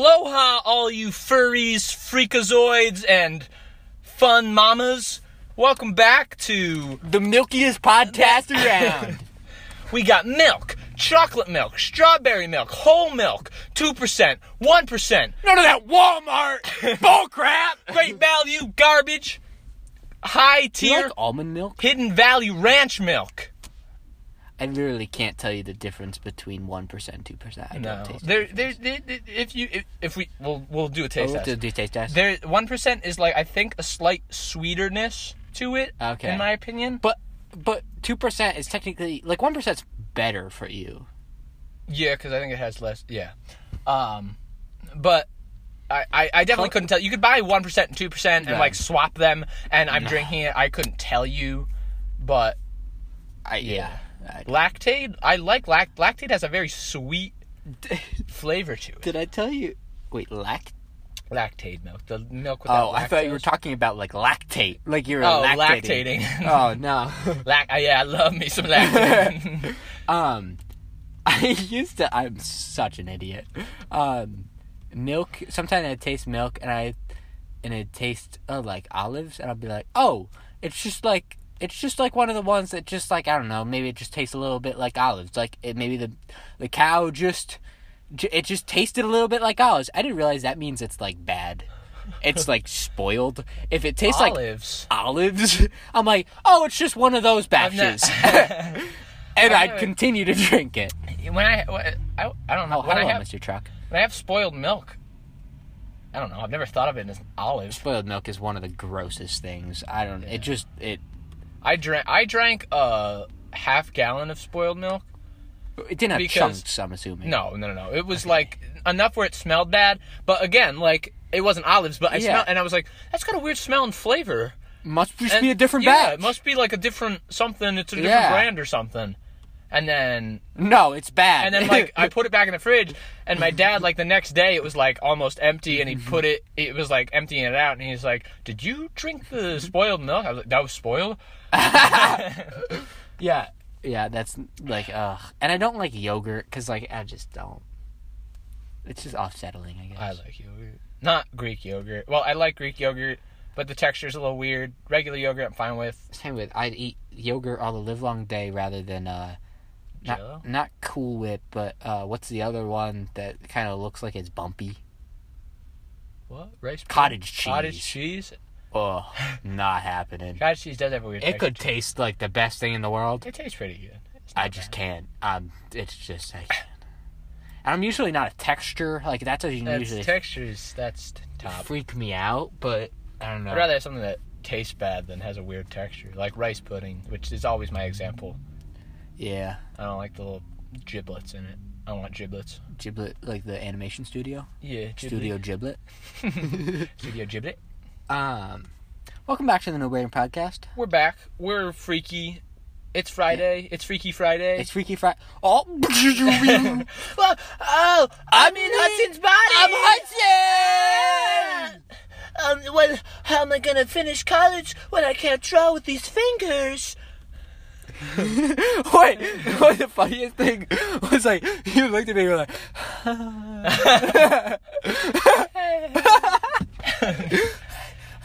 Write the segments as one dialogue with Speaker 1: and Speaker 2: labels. Speaker 1: Aloha, all you furries, freakazoids, and fun mamas. Welcome back to.
Speaker 2: The milkiest podcast around.
Speaker 1: We got milk, chocolate milk, strawberry milk, whole milk, 2%, 1%,
Speaker 2: None of that Walmart bullcrap.
Speaker 1: great value, garbage, high
Speaker 2: Do you
Speaker 1: tier,
Speaker 2: like almond milk?
Speaker 1: hidden value ranch milk.
Speaker 2: I literally can't tell you the difference between one percent, two percent. I
Speaker 1: No,
Speaker 2: don't taste.
Speaker 1: there, there's there- there- if you if, if we we'll we'll do a taste
Speaker 2: Oh,
Speaker 1: test.
Speaker 2: do, do you taste test?
Speaker 1: There, one percent is like I think a slight sweeterness to it.
Speaker 2: Okay.
Speaker 1: In my opinion.
Speaker 2: But but two percent is technically like one percent's better for you.
Speaker 1: Yeah, because I think it has less. Yeah. Um, but I, I, I definitely couldn't tell. You could buy one percent and two percent and
Speaker 2: Yeah.
Speaker 1: like swap them. And I'm drinking it. I couldn't tell you, but
Speaker 2: I yeah. I-
Speaker 1: lactate. I like lact. Lactate has a very sweet flavor to it.
Speaker 2: did I tell you? Wait, lact.
Speaker 1: Lactate milk, the milk without.
Speaker 2: Oh, I thought you were
Speaker 1: lactose.
Speaker 2: talking about like lactate, like you were
Speaker 1: Oh,
Speaker 2: lactating.
Speaker 1: lactating.
Speaker 2: oh no.
Speaker 1: Lac. uh, yeah, I love me some lactate.
Speaker 2: Um, I used to. I'm such an idiot. Um, milk. Sometimes I taste milk, and I and it tastes uh, like olives, and I'll be like, oh, it's just like it's just like one of the ones that just like I don't know. Maybe it just tastes a little bit like olives. Like it maybe the the cow just j- it just tasted a little bit like olives. I didn't realize that means it's like bad. It's like spoiled. If it tastes like
Speaker 1: Olives.
Speaker 2: olives. I'm like, oh, it's just one of those
Speaker 1: not-
Speaker 2: batches. and
Speaker 1: never-
Speaker 2: I'd continue to drink it.
Speaker 1: when I, when I, I don't know.
Speaker 2: Oh,
Speaker 1: when I
Speaker 2: hello,
Speaker 1: have,
Speaker 2: Mr. Truck.
Speaker 1: when I have spoiled milk. I don't know. I've never thought of it as olives.
Speaker 2: Spoiled milk is one of the grossest things. I don't. It just it.
Speaker 1: I drank I drank a half gallon of spoiled milk.
Speaker 2: It didn't have
Speaker 1: Because-
Speaker 2: chunks. I'm assuming.
Speaker 1: No, no, no, no. It was like enough where it smelled bad, but again, like it wasn't olives, but I
Speaker 2: Yeah.
Speaker 1: smelled and I was like, that's got a weird smell and flavor.
Speaker 2: must just
Speaker 1: And-
Speaker 2: be a different
Speaker 1: yeah,
Speaker 2: batch.
Speaker 1: It must be like a different something. It's a different
Speaker 2: Yeah.
Speaker 1: brand or something. And then
Speaker 2: No, it's bad.
Speaker 1: and then like I put it back in the fridge, and my dad like the next day it was like almost empty, and
Speaker 2: Mm-hmm.
Speaker 1: he put it. It was like emptying it out, and he's like, "Did you drink the
Speaker 2: Mm-hmm.
Speaker 1: spoiled milk?" I was like, "That was spoiled."
Speaker 2: yeah, yeah, that's like ugh. And I don't like yogurt because like I just don't. It's just unsettling, I guess.
Speaker 1: I like yogurt. Not Greek yogurt. Well, I like Greek yogurt, but the texture's a little weird. Regular yogurt, I'm fine with.
Speaker 2: Same with I'd eat yogurt all the live long day rather than uh
Speaker 1: Jell-O?
Speaker 2: not, not Cool Whip, but uh what's the other one that kind of looks like it's bumpy?
Speaker 1: What rice?
Speaker 2: Cottage cheese.
Speaker 1: Cottage cheese.
Speaker 2: Oh, not happening.
Speaker 1: Cottage cheese does have a weird.
Speaker 2: It
Speaker 1: texture.
Speaker 2: could taste like the best thing in the world.
Speaker 1: It tastes pretty good. It's not
Speaker 2: I just can't. Um, it's just I can't. And I'm usually not a texture like that's what you
Speaker 1: bad. That's
Speaker 2: usually uh,
Speaker 1: textures. That's t- top.
Speaker 2: freak me out, but I don't know.
Speaker 1: I'd rather have something that tastes bad than has a weird texture, like rice pudding, which is always my example.
Speaker 2: yeah,
Speaker 1: I don't like the little giblets in it. I don't want giblets.
Speaker 2: Giblet like the animation studio,
Speaker 1: Yeah, giblet.
Speaker 2: studio Giblet.
Speaker 1: studio giblet.
Speaker 2: Um, welcome back to the No Brainer Podcast.
Speaker 1: We're back. We're freaky. It's Friday. It's Freaky Friday.
Speaker 2: It's Freaky Friday. Oh, I'm
Speaker 1: Well, oh, I'm in Hudson's body.
Speaker 2: Hudson.
Speaker 1: Um, well, how am I gonna finish college when I can't draw with these fingers?
Speaker 2: Wait, what the funniest thing was like you looked at me and you were like,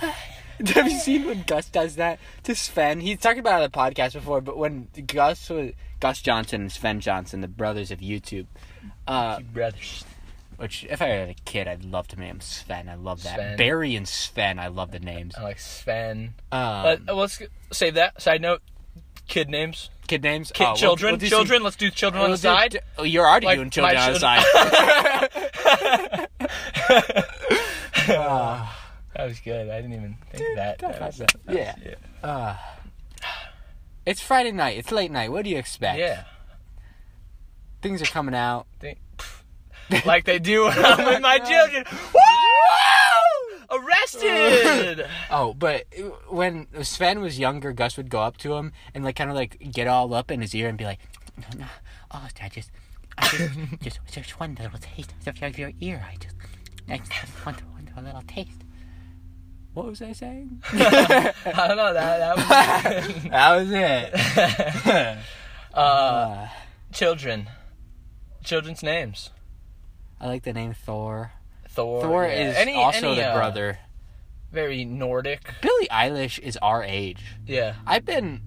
Speaker 2: have you seen when Gus does that to Sven? He's talked about it on the podcast before, but when Gus was Gus Johnson and Sven Johnson, the brothers of YouTube, uh,
Speaker 1: Brothers.
Speaker 2: which if I had a kid, I'd love to name him Sven. I love that
Speaker 1: Sven.
Speaker 2: Barry and Sven. I love the names.
Speaker 1: I like Sven.
Speaker 2: Um,
Speaker 1: But uh, let's g- save that. Side note: kid names,
Speaker 2: kid names,
Speaker 1: kid,
Speaker 2: Oh, we'll-
Speaker 1: children,
Speaker 2: we'll do some-
Speaker 1: children. let's do children on
Speaker 2: We'll
Speaker 1: the
Speaker 2: do-
Speaker 1: side.
Speaker 2: d- oh, you're already
Speaker 1: Like,
Speaker 2: doing children
Speaker 1: my
Speaker 2: on the side.
Speaker 1: children-
Speaker 2: Uh,
Speaker 1: that was good. I didn't even think of that. That was, that was-
Speaker 2: Yeah. It's Friday night. It's late night. What do you
Speaker 1: yeah.
Speaker 2: expect?
Speaker 1: Yeah.
Speaker 2: Things are coming out.
Speaker 1: Think, like they do when I'm with my children. Woo! Arrested.
Speaker 2: Oh, but when Sven was younger, Gus would go up to him and like kind of like get all up in his ear and be like, "No, no, oh, I just, I just, just, just one little taste of your, your ear. I just, I just want one little taste." What was I saying?
Speaker 1: I don't know that. that was-
Speaker 2: that was it. Uh,
Speaker 1: children, Uh, children's names.
Speaker 2: I like the name Thor.
Speaker 1: Thor.
Speaker 2: Thor
Speaker 1: yeah.
Speaker 2: is
Speaker 1: Any-
Speaker 2: also
Speaker 1: any,
Speaker 2: the
Speaker 1: uh,
Speaker 2: brother.
Speaker 1: Very Nordic.
Speaker 2: Billie Eilish is our age.
Speaker 1: Yeah.
Speaker 2: I've been,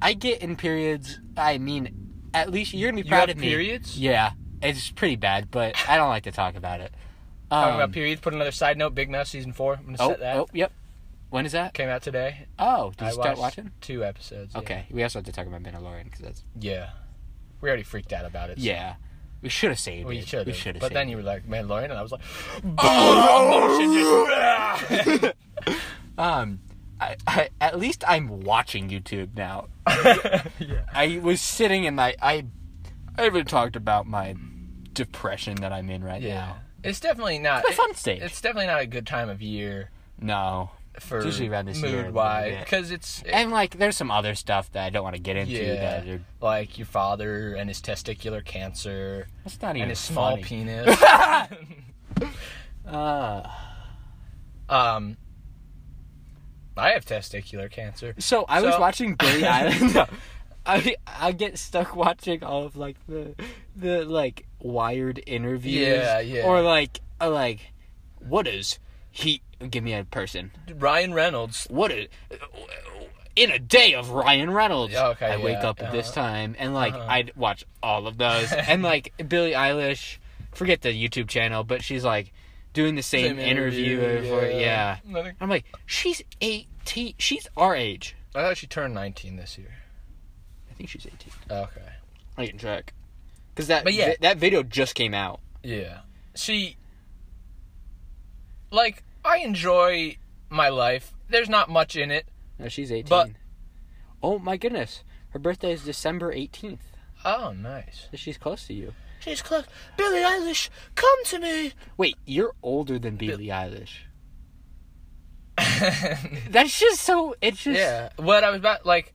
Speaker 2: I get in periods. I mean, at least you're gonna be
Speaker 1: You
Speaker 2: proud
Speaker 1: have
Speaker 2: of me.
Speaker 1: periods?
Speaker 2: Yeah, it's pretty bad, but I don't like to talk about it. Um,
Speaker 1: Talking about periods. Put another side note. Big Mouth season four. I'm gonna
Speaker 2: Oh,
Speaker 1: set that.
Speaker 2: oh, yep. When is that?
Speaker 1: Came out today.
Speaker 2: Oh, did
Speaker 1: I
Speaker 2: you start
Speaker 1: watched
Speaker 2: watching?
Speaker 1: two episodes. yeah.
Speaker 2: Okay, we also have to talk about Mandalorian because that's
Speaker 1: Yeah. We already freaked out about it. so-
Speaker 2: yeah. We should have saved
Speaker 1: We
Speaker 2: it.
Speaker 1: should
Speaker 2: We
Speaker 1: have.
Speaker 2: should have.
Speaker 1: But then
Speaker 2: saved
Speaker 1: you were like Mandalorian, and I was like,
Speaker 2: it. um, I, I, at least I'm watching YouTube now.
Speaker 1: yeah.
Speaker 2: I was sitting and I I I haven't talked about my depression that I'm in right
Speaker 1: yeah.
Speaker 2: now.
Speaker 1: It's definitely not.
Speaker 2: It's a fun stage.
Speaker 1: It's definitely not a good time of year
Speaker 2: no.
Speaker 1: for
Speaker 2: It's usually around this year,
Speaker 1: mood
Speaker 2: a little
Speaker 1: wise
Speaker 2: bit.
Speaker 1: because it's
Speaker 2: And like there's some other stuff that I don't want to get into
Speaker 1: yeah,
Speaker 2: that are
Speaker 1: like your father and his testicular cancer
Speaker 2: that's not even
Speaker 1: and his small
Speaker 2: funny.
Speaker 1: penis.
Speaker 2: Uh,
Speaker 1: um, I have testicular cancer.
Speaker 2: so I was
Speaker 1: So-
Speaker 2: watching Billy Island. I I get stuck watching all of like the the like wired interviews.
Speaker 1: Yeah, yeah.
Speaker 2: Or like uh, like what is he give me a person.
Speaker 1: Ryan Reynolds
Speaker 2: what a, in a day of Ryan Reynolds.
Speaker 1: Yeah, okay,
Speaker 2: I wake
Speaker 1: yeah,
Speaker 2: up at this
Speaker 1: uh-huh.
Speaker 2: time and like
Speaker 1: Uh-huh.
Speaker 2: I'd watch all of those and like Billie Eilish, forget the YouTube channel, but she's like doing the same, interview, for yeah.
Speaker 1: I, think-
Speaker 2: I'm like she's 18. She's our age.
Speaker 1: I thought she turned 19 this year.
Speaker 2: I think she's 18.
Speaker 1: Oh, Okay.
Speaker 2: I can check. Cause that
Speaker 1: But yeah.
Speaker 2: vi- that video just came out.
Speaker 1: Yeah. She like I enjoy my life. There's not much in it.
Speaker 2: No, she's 18.
Speaker 1: But-
Speaker 2: oh my goodness, her birthday is December 18th.
Speaker 1: Oh, nice.
Speaker 2: So she's close to you.
Speaker 1: She's close. Billie Eilish, come to me.
Speaker 2: Wait, you're older than Billie Eilish. That's just so. It's just.
Speaker 1: yeah. What I was about like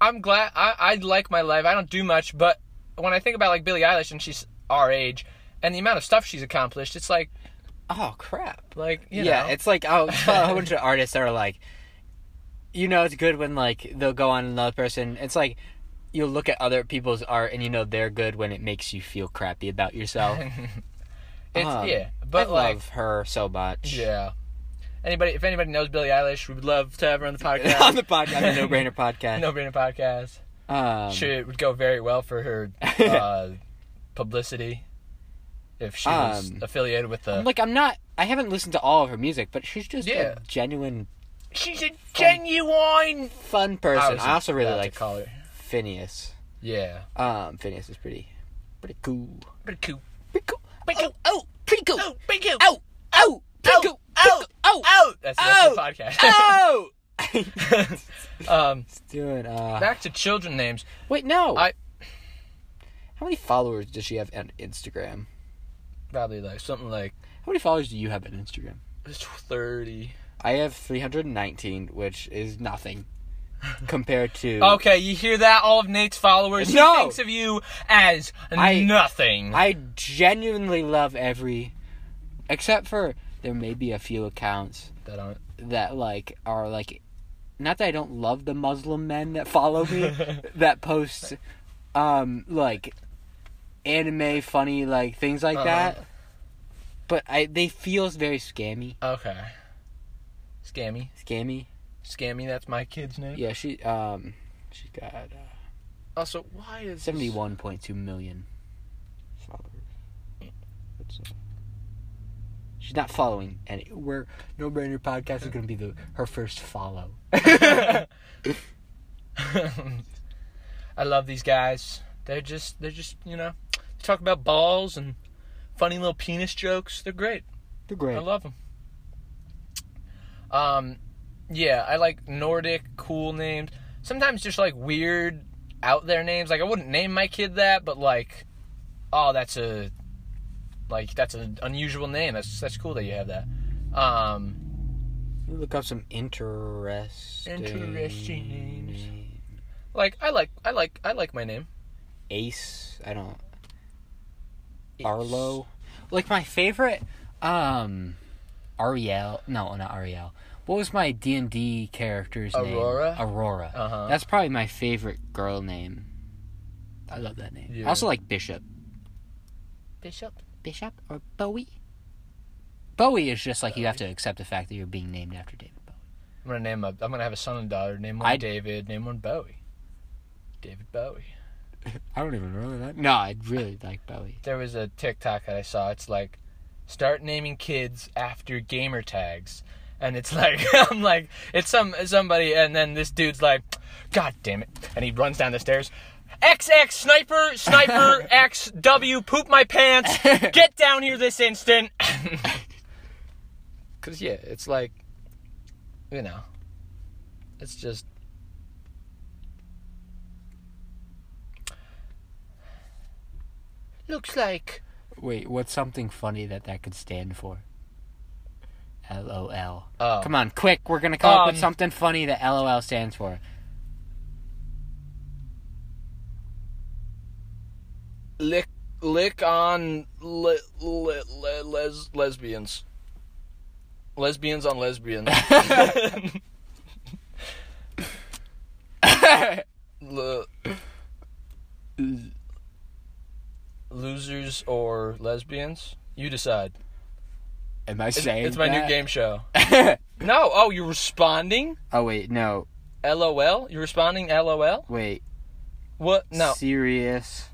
Speaker 1: I'm glad I I like my life. I don't do much, but when I think about like Billie Eilish and she's our age and the amount of stuff she's accomplished, it's like
Speaker 2: Oh crap.
Speaker 1: like you
Speaker 2: yeah,
Speaker 1: know.
Speaker 2: it's like oh, a whole bunch of artists are like, you know, it's good when like they'll go on another person. It's like you'll look at other people's art and you know they're good when it makes you feel crappy about yourself.
Speaker 1: It's-
Speaker 2: Um,
Speaker 1: yeah, but
Speaker 2: I
Speaker 1: like
Speaker 2: love her so much.
Speaker 1: yeah. Anybody if anybody knows Billie Eilish, we would love to have her on the
Speaker 2: on
Speaker 1: podcast.
Speaker 2: the podcast, on the No Brainer podcast.
Speaker 1: no brainer podcast.
Speaker 2: Um,
Speaker 1: Sure, it would go very well for her uh, publicity if she was
Speaker 2: Um,
Speaker 1: affiliated with the.
Speaker 2: I'm like I'm not. I haven't listened to all of her music, but she's just
Speaker 1: Yeah.
Speaker 2: a genuine
Speaker 1: She's a genuine.
Speaker 2: fun person. I, also really like
Speaker 1: call her.
Speaker 2: Phineas.
Speaker 1: Yeah,
Speaker 2: Um, Phineas is pretty, pretty cool.
Speaker 1: pretty cool.
Speaker 2: Pretty cool.
Speaker 1: Pretty cool.
Speaker 2: Oh, oh, pretty cool.
Speaker 1: Oh, pretty cool.
Speaker 2: Oh, oh, pretty
Speaker 1: Oh,
Speaker 2: cool.
Speaker 1: oh,
Speaker 2: oh,
Speaker 1: oh. That's, that's the podcast.
Speaker 2: oh.
Speaker 1: um,
Speaker 2: Dude, uh,
Speaker 1: back to children names.
Speaker 2: wait, no.
Speaker 1: I-
Speaker 2: How many followers does she have on Instagram?
Speaker 1: Probably like something like
Speaker 2: How many followers do you have on Instagram?
Speaker 1: thirty.
Speaker 2: I have 319, which is nothing compared to.
Speaker 1: Okay, you hear that? All of Nate's followers.
Speaker 2: No.
Speaker 1: He thinks of you as
Speaker 2: I-
Speaker 1: nothing.
Speaker 2: I genuinely love every, except for there may be a few accounts
Speaker 1: that aren't.
Speaker 2: that like are like not that I don't love the Muslim men that follow me that post um like anime funny like things
Speaker 1: Uh-huh. uh,
Speaker 2: like that. But I they feel very scammy.
Speaker 1: Okay. Scammy.
Speaker 2: Scammy.
Speaker 1: Scammy, that's my kid's name.
Speaker 2: Yeah, she um she's got uh,
Speaker 1: Also, why is.
Speaker 2: seventy one point two million followers. That's, uh, She's not following any. We're no brainer podcast is gonna be the her first follow.
Speaker 1: I love these guys. They're just they're just you know they talk about balls and funny little penis jokes. They're great.
Speaker 2: They're great.
Speaker 1: I love them. Um, yeah, I like Nordic cool names. Sometimes just like weird out there names. Like I wouldn't name my kid that, but like, oh, that's a like that's an unusual name. That's that's cool that you have that. Um,
Speaker 2: Let me look up some interesting.
Speaker 1: Interesting names. like I like I like I like my name.
Speaker 2: Ace. I don't. Arlo. Like my favorite. Um, Ariel. No, not Ariel. What was my D and D character's
Speaker 1: Aurora?
Speaker 2: name? Aurora.
Speaker 1: Uh-huh.
Speaker 2: That's probably my favorite girl name. I love that name.
Speaker 1: Yeah.
Speaker 2: I also like Bishop.
Speaker 1: Bishop.
Speaker 2: Bishop or Bowie. Bowie is just like you have to accept the fact that you're being named after David Bowie.
Speaker 1: I'm gonna name a. I'm gonna have a son and daughter. Name one
Speaker 2: I-
Speaker 1: David. Name one Bowie. David Bowie.
Speaker 2: I don't even remember that. No, I really like Bowie.
Speaker 1: There was a TikTok that I saw. It's like, start naming kids after gamer tags, and it's like I'm like it's some somebody, and then this dude's like, God damn it, and he runs down the stairs. XX sniper sniper XW poop my pants. Get down here this instant. Cause yeah, it's like, you know, it's just looks like
Speaker 2: Wait, what's something funny that that could stand for? LOL.
Speaker 1: Oh.
Speaker 2: Come on, quick! We're gonna come up with
Speaker 1: Um,
Speaker 2: something funny that LOL stands for.
Speaker 1: lick lick on le, le, le, les, lesbians lesbians on lesbians Le- losers or lesbians you decide
Speaker 2: Am I
Speaker 1: it's,
Speaker 2: saying
Speaker 1: it's my new
Speaker 2: that?
Speaker 1: game show no oh you're responding
Speaker 2: oh wait, no,
Speaker 1: lol you're responding lol
Speaker 2: wait.
Speaker 1: what no
Speaker 2: Serious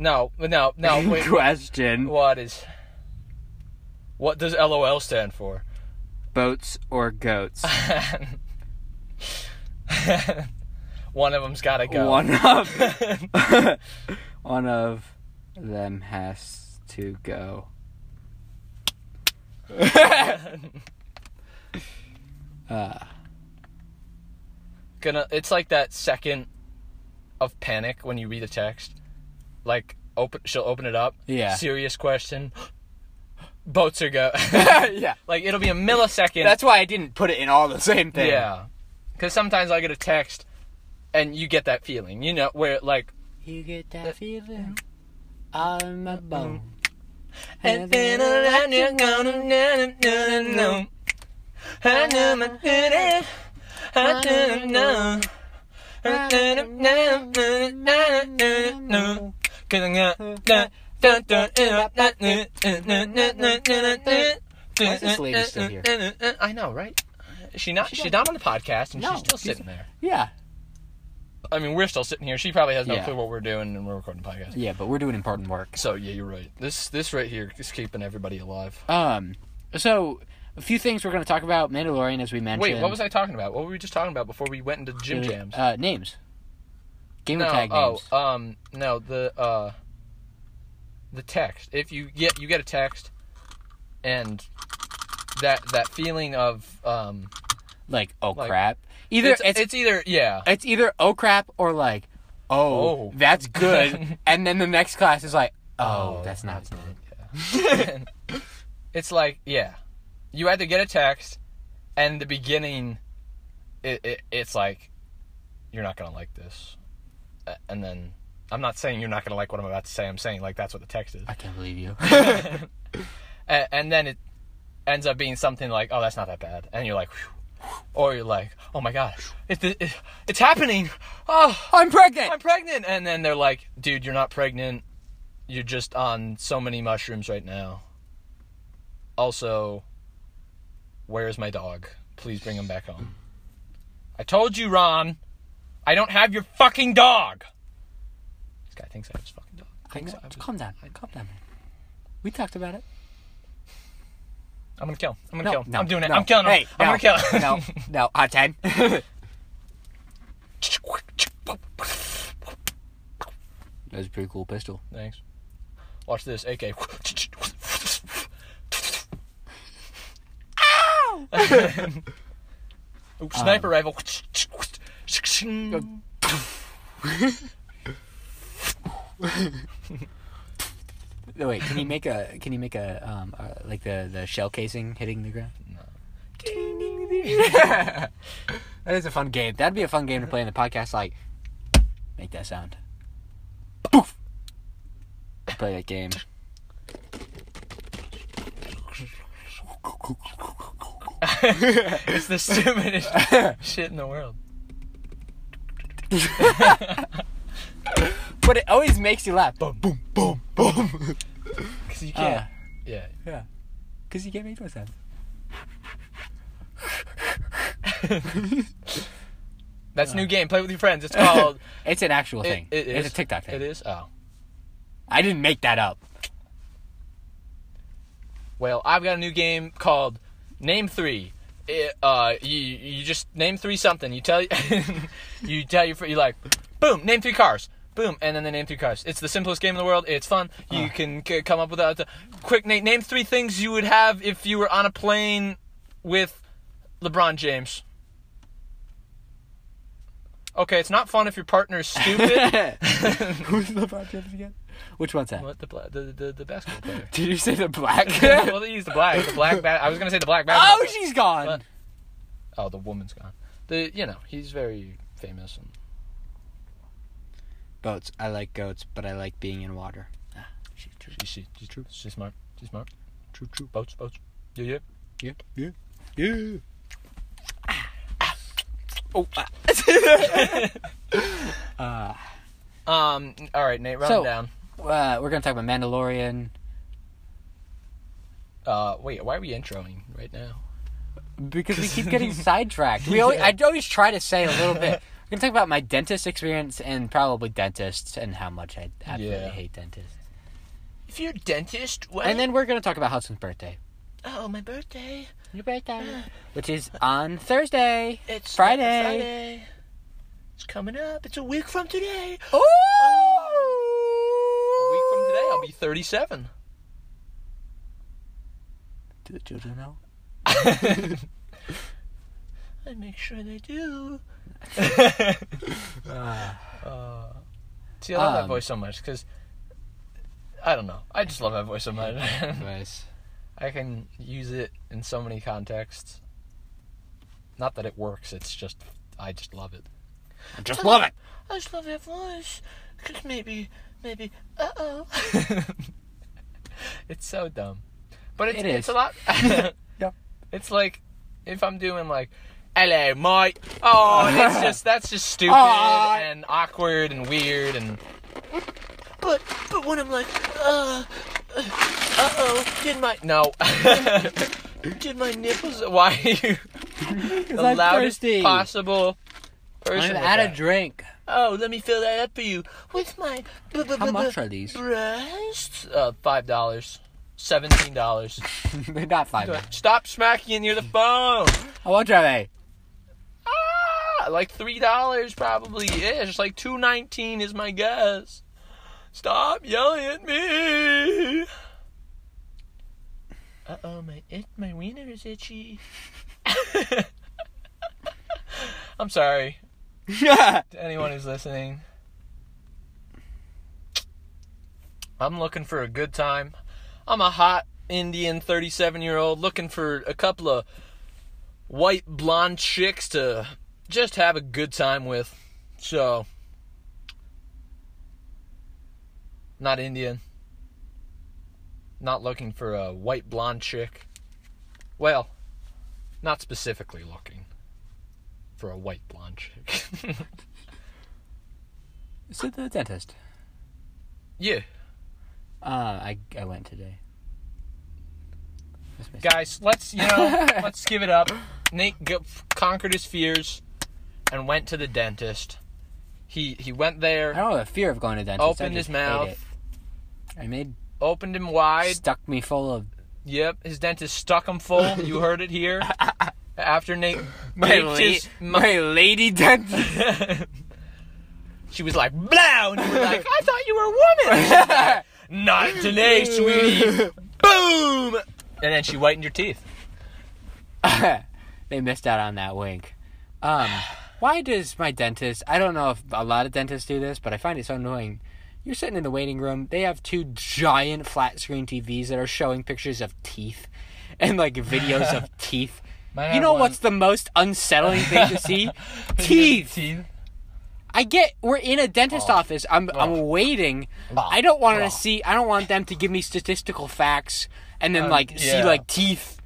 Speaker 1: no no no wait
Speaker 2: question.
Speaker 1: what is what does lol stand for
Speaker 2: Boats or goats?
Speaker 1: One of them's gotta go.
Speaker 2: One of one of them has to go. Uh,
Speaker 1: Gonna. It's like that second of panic when you read a text. Like open, she'll open it up.
Speaker 2: Yeah.
Speaker 1: Serious question. Boats are go.
Speaker 2: yeah,
Speaker 1: like it'll be a millisecond.
Speaker 2: that's why I didn't put it in all the same thing.
Speaker 1: yeah. Because sometimes I get a text, and you get that feeling. You know where like.
Speaker 2: You get that Mm-hmm. feeling all in my bone.
Speaker 1: And then I'm gonna na- na- na- na- I know my duty. I don't know. I don't know. I don't know. 'Cause I got that- that- that- that- that- that- that- that- that- that- that- that-
Speaker 2: Why is this lady still here?
Speaker 1: I know, right? She not
Speaker 2: She
Speaker 1: she's not on the podcast and
Speaker 2: No,
Speaker 1: she's still
Speaker 2: she's-
Speaker 1: sitting there.
Speaker 2: Yeah,
Speaker 1: I mean, we're still sitting here. She probably has no
Speaker 2: Yeah.
Speaker 1: clue what we're doing and we're recording the podcast.
Speaker 2: yeah, but we're doing important work.
Speaker 1: So yeah, you're right. This this right here is keeping everybody alive.
Speaker 2: Um, so a few things we're going to talk about Mandalorian, as we mentioned.
Speaker 1: Wait, what was I talking about? What were we just talking about before we went into gym jams?
Speaker 2: Uh, names. Gamer
Speaker 1: no,
Speaker 2: tag
Speaker 1: oh,
Speaker 2: names.
Speaker 1: um, no, the uh, the text. If you get you get a text, and that that feeling of um,
Speaker 2: like, oh
Speaker 1: like-
Speaker 2: crap. Either
Speaker 1: it's, it's either yeah,
Speaker 2: It's either oh crap or like, oh,
Speaker 1: Oh.
Speaker 2: that's good. and then the next class is like, oh,
Speaker 1: Oh,
Speaker 2: that's not good.
Speaker 1: it's like yeah, you either get a text, and the beginning, it, it it's like, you're not gonna like this, Uh, and then I'm not saying you're not gonna like what I'm about to say. I'm saying like that's what the text is.
Speaker 2: I can't believe you.
Speaker 1: and, and then it ends up being something like, oh, that's not that bad, and you're like, Phew. or you're like, oh my god, it, it, it- it's happening, oh,
Speaker 2: I'm pregnant.
Speaker 1: I'm pregnant, and then they're like, dude, you're not pregnant, you're just on so many mushrooms right now. Also, where is my dog? Please bring him back home. I told you, Ron, I don't have your fucking dog. This guy thinks I have his fucking dog. Thinks I have his-
Speaker 2: Calm down. Calm down. Man. We talked about it.
Speaker 1: I'm gonna kill him. I'm gonna
Speaker 2: No,
Speaker 1: kill him.
Speaker 2: no,
Speaker 1: I'm doing it.
Speaker 2: no.
Speaker 1: I'm killing him.
Speaker 2: Hey,
Speaker 1: I'm
Speaker 2: no,
Speaker 1: gonna kill him.
Speaker 2: no, no. Hot ten. That's a pretty cool pistol.
Speaker 1: Thanks. Watch this, AK. Ow! sniper
Speaker 2: Um,
Speaker 1: rifle.
Speaker 2: No, wait, can you make a? Can you make a um uh, like the the shell casing hitting the ground? that is a fun game. That'd be a fun game to play in the podcast. Like, make that sound. Poof. Play that game.
Speaker 1: it's the stupidest shit in the world.
Speaker 2: But it always makes you laugh.
Speaker 1: Boom, boom, boom. Because you can't.
Speaker 2: Oh, Uh,
Speaker 1: yeah.
Speaker 2: yeah. Because you can't make no sound.
Speaker 1: That's new game. Play with your friends. It's called.
Speaker 2: It's an actual
Speaker 1: It-
Speaker 2: Uh. thing.
Speaker 1: it is.
Speaker 2: It's a TikTok thing.
Speaker 1: it is. Oh,
Speaker 2: I didn't make that up.
Speaker 1: well, I've got a new game called Name Three. It, uh, you you just name three something. You tell you tell your fr- you like, boom, name three cars. Boom, and then they name three cars. It's the simplest game in the world. It's fun. You can c- come up with a quick name. Name three things you would have if you were on a plane with LeBron James. Okay, it's not fun if your partner is stupid.
Speaker 2: Who's LeBron James again? Which one's that?
Speaker 1: what the, bla- the the the basketball player?
Speaker 2: Did you say the black?
Speaker 1: well, they use the black. The black. Ba- I was gonna say the black basketball.
Speaker 2: oh, she's gone.
Speaker 1: What? oh, the woman's gone. The you know he's very famous. And,
Speaker 2: Boats. I like goats, but I like being in water. Ah, she's true.
Speaker 1: she, she, she's true. She's smart. She's smart.
Speaker 2: True, true.
Speaker 1: Boats, boats. Yeah, yeah.
Speaker 2: Yeah, yeah, yeah. Oh. ah. uh,
Speaker 1: Um. All right, Nate. Run
Speaker 2: So-
Speaker 1: it down.
Speaker 2: uh, we're gonna talk about Mandalorian
Speaker 1: Uh. Wait. Why are we introing right now?
Speaker 2: because we keep getting sidetracked. We always, I always try to say a little bit. We're gonna talk about my dentist experience and probably dentists and how much I absolutely
Speaker 1: Yeah.
Speaker 2: hate dentists.
Speaker 1: If you're a dentist, what?
Speaker 2: And then we're gonna talk about Hudson's birthday.
Speaker 1: oh, my birthday.
Speaker 2: Your birthday, which is on Thursday.
Speaker 1: It's
Speaker 2: Friday.
Speaker 1: Friday. It's coming up. It's a week from today.
Speaker 2: Ooh!
Speaker 1: A week from today, I'll be 37.
Speaker 2: Do the children know?
Speaker 1: I make sure they do. Uh, see, I love that
Speaker 2: Um,
Speaker 1: voice so much because I don't know. I just love that voice so much.
Speaker 2: Nice.
Speaker 1: I can use it in so many contexts. Not that it works. It's just I just love it.
Speaker 2: I just love it.
Speaker 1: I just love that voice because maybe, maybe, uh oh. it's so dumb, but it's,
Speaker 2: It
Speaker 1: it's
Speaker 2: is.
Speaker 1: a lot.
Speaker 2: Yep.
Speaker 1: It's like if I'm doing like. Hello, Mike. Oh, and it's just that's just stupid
Speaker 2: Aw.
Speaker 1: and awkward and weird and. But but when I'm like, uh, uh oh, did my no, did my nipples? Why are you the
Speaker 2: I'm
Speaker 1: loudest
Speaker 2: thirsty.
Speaker 1: possible person?
Speaker 2: I'm
Speaker 1: with
Speaker 2: out
Speaker 1: that?
Speaker 2: of drink.
Speaker 1: Oh, let me fill that up for you with my. b- b-
Speaker 2: How
Speaker 1: b-
Speaker 2: much
Speaker 1: b-
Speaker 2: are these?
Speaker 1: Breasts? Uh, five dollars, seventeen dollars.
Speaker 2: They're not five. minutes.
Speaker 1: Stop smacking near the phone.
Speaker 2: How much are they?
Speaker 1: Ah, like three dollars probably ish. Like two nineteen is my guess. Stop yelling at me. Uh oh, my it my wiener is itchy. I'm sorry.
Speaker 2: Yeah.
Speaker 1: to anyone who's listening, I'm looking for a good time. I'm a hot Indian 37 year old looking for a couple of white blonde chicks to just have a good time with. So, not Indian. Not looking for a white blonde chick. Well, not specifically looking for a white blonde chick.
Speaker 2: So the dentist.
Speaker 1: yeah.
Speaker 2: Uh, I I went today. That's my-
Speaker 1: guys, let's you know, let's give it up. Nate g- conquered his fears and went to the dentist. He he went
Speaker 2: I
Speaker 1: there,
Speaker 2: don't have a fear of going to dentist. I
Speaker 1: opened his
Speaker 2: just hate
Speaker 1: mouth,
Speaker 2: it. I made
Speaker 1: opened him wide.
Speaker 2: stuck me full of
Speaker 1: Yep, his dentist stuck him full. You heard it here. After Nate
Speaker 2: my,
Speaker 1: baked his
Speaker 2: la- my lady dentist.
Speaker 1: mu- she was like, "Blow!" And you were like, "I thought you were a woman." She's like, Not today, sweetie. Boom! And then she whitened your teeth.
Speaker 2: they missed out on that wink. Um, why does my dentist? I don't know if a lot of dentists do this, but I find it so annoying. You're sitting in the waiting room. They have two giant flat screen TVs that are showing pictures of teeth and like videos of teeth.
Speaker 1: Mine
Speaker 2: You
Speaker 1: have
Speaker 2: know
Speaker 1: one-
Speaker 2: what's the most unsettling thing to see? teeth.
Speaker 1: Teeth.
Speaker 2: I get we're in a dentist office. I'm I'm waiting.
Speaker 1: Oh.
Speaker 2: I don't want
Speaker 1: Oh.
Speaker 2: to see. I don't want them to give me statistical facts and then like see
Speaker 1: Uh, yeah.
Speaker 2: like teeth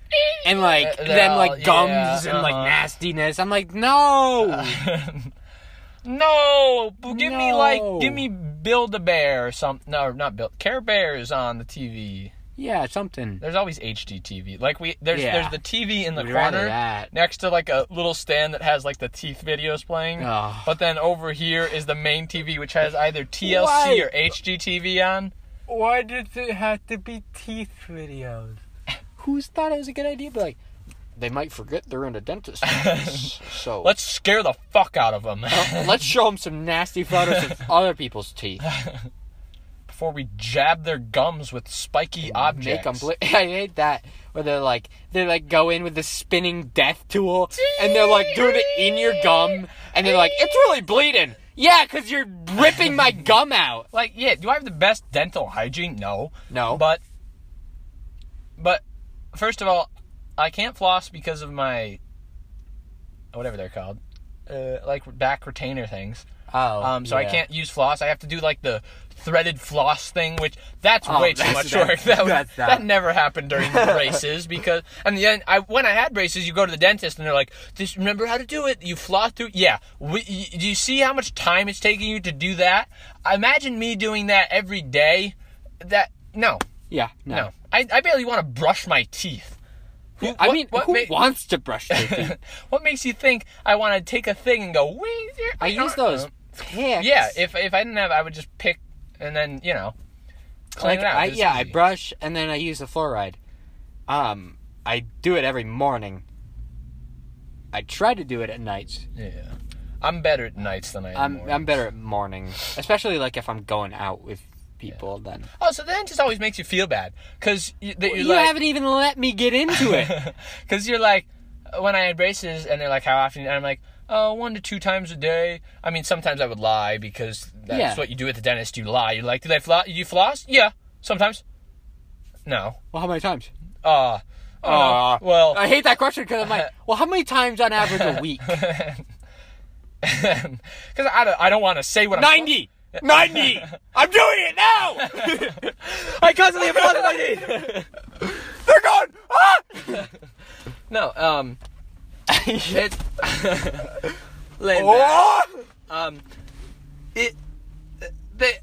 Speaker 2: and like
Speaker 1: They're
Speaker 2: then
Speaker 1: all-
Speaker 2: like gums
Speaker 1: yeah,
Speaker 2: and like
Speaker 1: uh-huh. Uh.
Speaker 2: nastiness. I'm like no.
Speaker 1: No, but give me like
Speaker 2: No.
Speaker 1: give me Build a Bear or something. No, not Build. Care Bear is on the TV.
Speaker 2: Yeah, something.
Speaker 1: There's always HDTV. Like we there's
Speaker 2: Yeah.
Speaker 1: there's the TV in the
Speaker 2: We'd rather
Speaker 1: corner
Speaker 2: that.
Speaker 1: next to like a little stand that has like the teeth videos playing.
Speaker 2: Oh.
Speaker 1: But then over here is the main TV which has either TLC
Speaker 2: Why?
Speaker 1: or HGTV on.
Speaker 2: Why does it have to be teeth videos? Who's thought it was a good idea? But like, they might forget they're in a dentist. office, so uh,
Speaker 1: Let's scare the fuck out of them
Speaker 2: let's show them some nasty photos of other people's teeth.
Speaker 1: before we jab their gums with spiky objects.
Speaker 2: Make 'em bli- I hate that. Where they're like, they like go in with the spinning death tool, and they're like doing it in your gum, and they're like, it's really bleeding. Yeah, cause you're ripping my gum out.
Speaker 1: like yeah, do I have the best dental hygiene? No.
Speaker 2: No,
Speaker 1: But but first of all, I can't floss because of my whatever they're called. Uh, like back retainer things.
Speaker 2: oh,
Speaker 1: Um, so I
Speaker 2: yeah.
Speaker 1: can't use floss. I have to do like the threaded floss thing, which that's
Speaker 2: Oh,
Speaker 1: way too
Speaker 2: that's-
Speaker 1: much
Speaker 2: that's-
Speaker 1: work. That, was-
Speaker 2: that's not-
Speaker 1: that never happened during braces because, and the end, I when I had braces, you go to the dentist and they're like, "Just remember how to do it. You floss through." Yeah, we, you, do you see how much time it's taking you to do that? Imagine me doing that every day. That no,
Speaker 2: Yeah,
Speaker 1: no, I, I barely want to brush my teeth. Who-
Speaker 2: I
Speaker 1: what-
Speaker 2: mean,
Speaker 1: what
Speaker 2: who
Speaker 1: ma-
Speaker 2: wants to brush their teeth?
Speaker 1: what makes you think I want to take a thing and go? "Wee, dear,
Speaker 2: I use those picks.
Speaker 1: Um, Yeah, if if I didn't have, I would just pick and then you know, clean
Speaker 2: like
Speaker 1: it out.
Speaker 2: I,
Speaker 1: It's
Speaker 2: yeah, I
Speaker 1: easy.
Speaker 2: brush and then I use the fluoride. Um, I do it every morning. I try to do it at night.
Speaker 1: yeah, I'm better at nights than I am.
Speaker 2: I'm
Speaker 1: mornings.
Speaker 2: I'm better at morning, especially like if I'm going out with people. Then
Speaker 1: Oh, so then it just always makes you feel bad because you, that
Speaker 2: you
Speaker 1: you're like,
Speaker 2: haven't even let me get into it.
Speaker 1: Because you're like, uh, when I had braces, and they're like, how often? And I'm like, oh, one to two times a day. I mean, sometimes I would lie because that's
Speaker 2: Yeah.
Speaker 1: what you do at the dentist. You lie. You're like, did I floss? You floss? Yeah, sometimes. No.
Speaker 2: well, how many times?
Speaker 1: Uh, oh, no.
Speaker 2: Aw.
Speaker 1: well.
Speaker 2: I hate that question because I'm like, well, how many times on average a week?
Speaker 1: Because I don't, I don't want to say what I'm.
Speaker 2: Ninety. Ninety. I'm doing it now.
Speaker 1: I constantly have thought I need.
Speaker 2: They're going. Ah!
Speaker 1: No, um, it. Lame.
Speaker 2: Oh!
Speaker 1: um, it they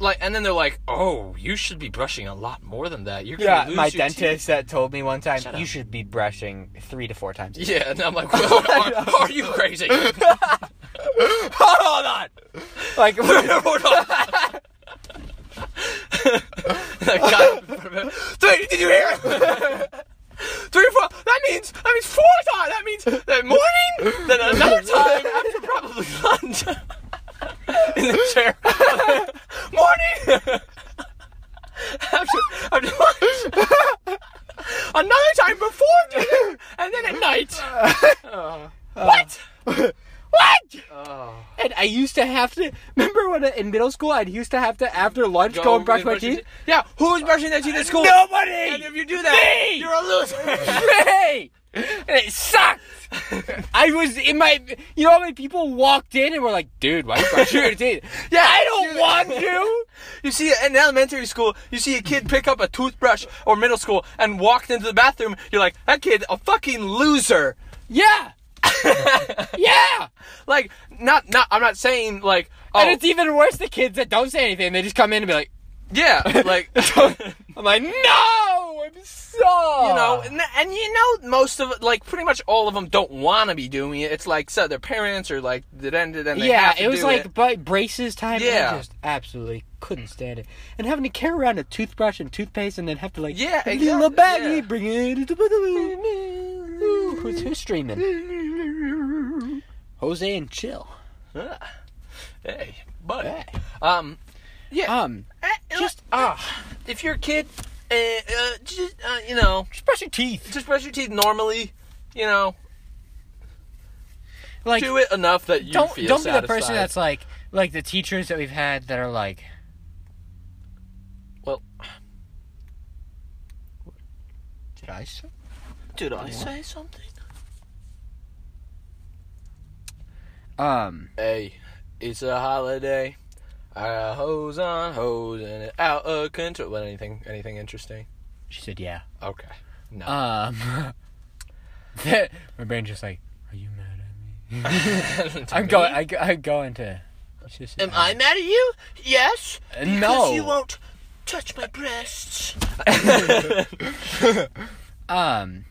Speaker 1: like and then they're like oh you should be brushing a lot more than that you're
Speaker 2: Yeah,
Speaker 1: gonna lose
Speaker 2: my
Speaker 1: your
Speaker 2: dentist
Speaker 1: teeth."
Speaker 2: that told me one time
Speaker 1: up.
Speaker 2: you should be brushing three to four times. a day."
Speaker 1: yeah and i'm like well, are, are you crazy
Speaker 2: Hold on, like
Speaker 1: Hold on. I got it. Three, did you hear it? Three, four. That means that means four times. That means that morning, then another time after probably lunch. In the chair. morning. after, after lunch. another time before dinner, and then at night. what?
Speaker 2: what? And I used to have to remember when I- in middle school I used to have to after lunch go, and brush my teeth.
Speaker 1: Yeah, who's brushing their teeth at school?
Speaker 2: Nobody.
Speaker 1: And if you do that,
Speaker 2: Me!
Speaker 1: you're a loser.
Speaker 2: Hey! And it sucked. I was in my. You know how many people walked in and were like, "Dude, why are you brushing your teeth?" yeah, I don't want to.
Speaker 1: you see, in elementary school, you see a kid pick up a toothbrush or middle school and walk into the bathroom. You're like, that kid, a fucking loser.
Speaker 2: Yeah, yeah.
Speaker 1: Like, not, not. I'm not saying like, oh,
Speaker 2: And it's even worse the kids that don't say anything. They just come in and be like,
Speaker 1: yeah, like,
Speaker 2: I'm like, no, I'm sorry.
Speaker 1: you know, and, and you know, most of like, pretty much all of them don't want to be doing it. It's like, so their parents are like, did end it, and they
Speaker 2: yeah,
Speaker 1: have to
Speaker 2: it was
Speaker 1: do
Speaker 2: like but braces time. Yeah, I
Speaker 1: Yeah.
Speaker 2: just absolutely couldn't stand it. And having to carry around a toothbrush and toothpaste, and then have to like
Speaker 1: Yeah,
Speaker 2: a little
Speaker 1: exactly, yeah.
Speaker 2: bag, bring it. Ooh, Who's who's streaming? Jose and Chill.
Speaker 1: hey, but,
Speaker 2: Hey.
Speaker 1: um, yeah,
Speaker 2: Um,
Speaker 1: eh,
Speaker 2: just ah,
Speaker 1: if you're a kid, uh, uh, just uh, you know,
Speaker 2: just brush your teeth.
Speaker 1: just brush your teeth normally. You know,
Speaker 2: Like
Speaker 1: do it enough that you
Speaker 2: don't
Speaker 1: feel
Speaker 2: don't be the
Speaker 1: satisfied.
Speaker 2: person that's like like the teachers that we've had that are like
Speaker 1: well.
Speaker 2: did I say?
Speaker 1: Did I say something?
Speaker 2: Um,
Speaker 1: Hey, it's a holiday. I got hose on hose and it out of control. Well, anything anything interesting?
Speaker 2: she said yeah.
Speaker 1: Okay, no.
Speaker 2: Um, my brain just like, are you mad at me? I'm going. I, go- I'm going to. it's just-
Speaker 1: Am I mad at you? Yes.
Speaker 2: Uh, no.
Speaker 1: you won't
Speaker 2: touch my breasts. um,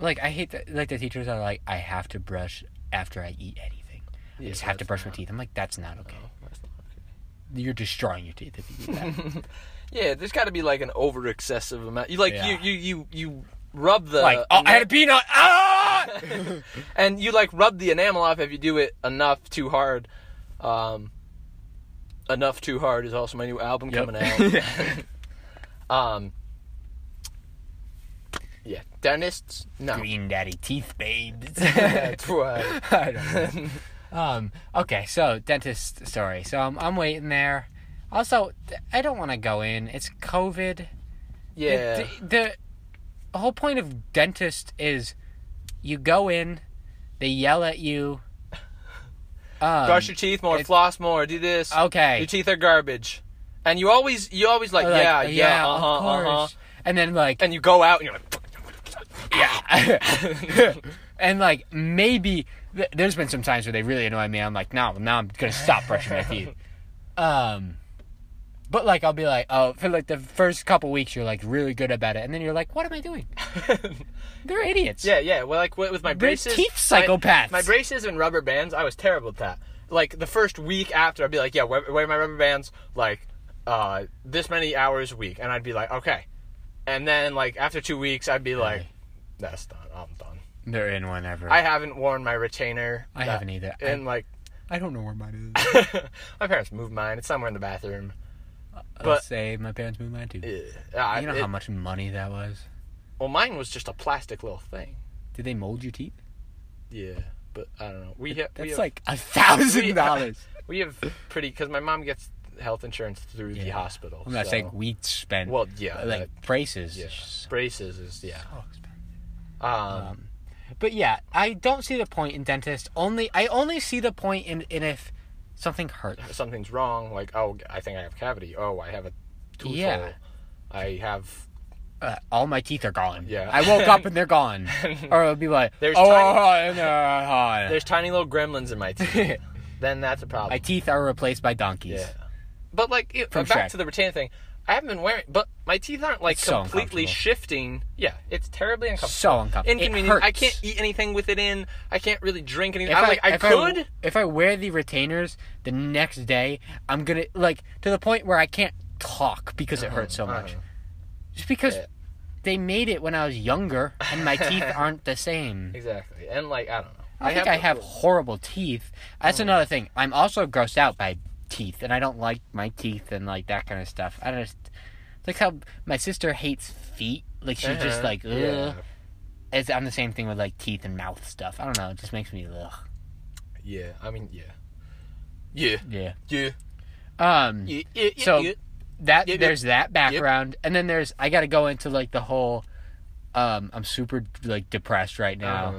Speaker 2: like I hate that. Like the teachers are like, I have to brush after I eat anything. I
Speaker 1: Yeah,
Speaker 2: just have to
Speaker 1: that's
Speaker 2: brush my
Speaker 1: not- Oh.
Speaker 2: teeth. I'm like, that's not okay.
Speaker 1: No, that's not okay.
Speaker 2: You're destroying your teeth if you do that.
Speaker 1: Yeah, there's got to be like an over excessive amount. You like
Speaker 2: Yeah.
Speaker 1: you, you you you rub the
Speaker 2: like, oh, I had
Speaker 1: ena-
Speaker 2: a peanut. Ah!
Speaker 1: and you like rub the enamel off if you do it enough too hard. Um, enough too hard is also my new album
Speaker 2: Yep.
Speaker 1: coming out. um, yeah, dentists no.
Speaker 2: Green daddy teeth, babes.
Speaker 1: That's right.
Speaker 2: I don't know. Um, okay, so dentist story. So I'm, I'm waiting there. Also, th- I don't want to go in. It's COVID.
Speaker 1: Yeah,
Speaker 2: The, the whole point of dentist is you go in, they yell at you. Um,
Speaker 1: brush your teeth more,
Speaker 2: it-
Speaker 1: floss more, do this.
Speaker 2: okay.
Speaker 1: Your teeth are garbage, and you always you always like,
Speaker 2: Or like,
Speaker 1: yeah yeah, uh
Speaker 2: of
Speaker 1: huh uh huh,
Speaker 2: course. And then like
Speaker 1: and you go out and you're like.
Speaker 2: yeah. and like maybe th- there's been some times where they really annoy me. I'm like, no, now I'm gonna stop brushing my teeth. Um, but like I'll be like, oh, for like the first couple weeks you're like really good about it, and then you're like, what am I doing? They're idiots.
Speaker 1: Yeah, yeah. Well, like with with my
Speaker 2: They're
Speaker 1: braces,
Speaker 2: teeth
Speaker 1: my-
Speaker 2: psychopaths.
Speaker 1: My, braces and rubber bands, I was terrible at that. Like the first week after, I'd be like, "Yeah, wear, wear my rubber bands like uh, this many hours a week," and I'd be like, "Okay." And then like after two weeks, I'd be like, "That's done. I'm done.
Speaker 2: They're in whenever.
Speaker 1: I haven't worn my retainer.
Speaker 2: I
Speaker 1: that-
Speaker 2: haven't either. I-
Speaker 1: And like
Speaker 2: I don't know where mine is.
Speaker 1: my parents moved mine. It's somewhere in the bathroom.
Speaker 2: I'll
Speaker 1: But-
Speaker 2: say my parents moved mine too.
Speaker 1: Ugh. I-
Speaker 2: you know
Speaker 1: it-
Speaker 2: how much money that was.
Speaker 1: well, mine was just a plastic little thing.
Speaker 2: Did they mold your teeth?
Speaker 1: Yeah, but I don't know. We ha- we
Speaker 2: That's
Speaker 1: have-
Speaker 2: like a thousand
Speaker 1: we-
Speaker 2: dollars.
Speaker 1: We have pretty because my mom gets health insurance through the
Speaker 2: Yeah.
Speaker 1: hospital.
Speaker 2: I'm not
Speaker 1: so-
Speaker 2: saying we spent.
Speaker 1: Well, yeah,
Speaker 2: but, like
Speaker 1: that-
Speaker 2: braces.
Speaker 1: yeah.
Speaker 2: is
Speaker 1: braces is yeah.
Speaker 2: so expensive.
Speaker 1: Um,
Speaker 2: Um, but yeah, I don't see the point in dentist. Only I only see the point in, in if something hurts.
Speaker 1: something's wrong. Like oh, I think I have cavity. Oh, I have a tooth
Speaker 2: Yeah.
Speaker 1: hole. I have.
Speaker 2: Uh, all my teeth are gone.
Speaker 1: Yeah.
Speaker 2: I woke up and they're gone. or it'll be like,
Speaker 1: There's
Speaker 2: oh,
Speaker 1: tiny-
Speaker 2: oh, oh, oh, oh."
Speaker 1: There's tiny little gremlins in my teeth. then that's a problem.
Speaker 2: my teeth are replaced by donkeys.
Speaker 1: yeah. But like it,
Speaker 2: From
Speaker 1: back
Speaker 2: Shrek.
Speaker 1: to the retainer thing. I haven't been wearing, but my teeth aren't like
Speaker 2: It's so
Speaker 1: completely
Speaker 2: uncomfortable.
Speaker 1: shifting. Yeah, it's terribly uncomfortable.
Speaker 2: So uncomfortable. It
Speaker 1: Inconvenient. I
Speaker 2: hurts.
Speaker 1: can't eat anything with it in. I can't really drink anything. I'm like I
Speaker 2: if
Speaker 1: could.
Speaker 2: if I wear the retainers the next day, I'm gonna like to the point where I can't talk because it hurts so much.
Speaker 1: uh-huh.
Speaker 2: Just because
Speaker 1: Yeah.
Speaker 2: they made it when I was younger, and my teeth aren't the same.
Speaker 1: Exactly. And like I don't know.
Speaker 2: I, think I
Speaker 1: the- Oh,
Speaker 2: have horrible teeth. That's another thing. I'm also grossed out by teeth, and I don't like my teeth and like that kind of stuff. I just it's like how my sister hates feet. Like she's just
Speaker 1: Uh-huh.
Speaker 2: like, ugh.
Speaker 1: yeah,
Speaker 2: It's, I'm the same thing with like teeth and mouth stuff. I don't know. It just makes me ugh.
Speaker 1: yeah. I mean, yeah, yeah,
Speaker 2: Yeah.
Speaker 1: yeah,
Speaker 2: Um.
Speaker 1: yeah, yeah. yeah,
Speaker 2: So-
Speaker 1: yeah. Yep,
Speaker 2: that
Speaker 1: yep.
Speaker 2: there's that background and then there's i gotta go into like the whole um i'm super like depressed right now
Speaker 1: Uh-huh.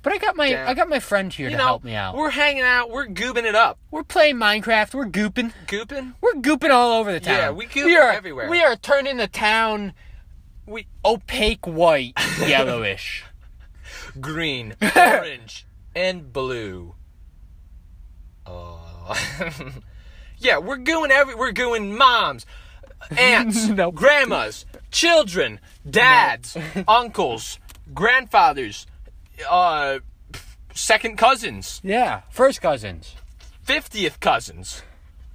Speaker 2: but i got my
Speaker 1: Damn.
Speaker 2: i got my friend here
Speaker 1: you
Speaker 2: to
Speaker 1: know,
Speaker 2: help me out we're,
Speaker 1: We're hanging out. We're goobing it up.
Speaker 2: playing minecraft we're gooping
Speaker 1: Gooping.
Speaker 2: we're gooping all over the town
Speaker 1: Yeah, we goop
Speaker 2: are
Speaker 1: everywhere.
Speaker 2: we are turning the town
Speaker 1: We
Speaker 2: opaque white yellowish
Speaker 1: green, orange, and blue. Oh. yeah, we're gooing every. We're gooing moms, aunts,
Speaker 2: No.
Speaker 1: grandmas, children, dads, uncles, grandfathers, uh, second cousins,
Speaker 2: yeah first cousins
Speaker 1: fiftieth cousins.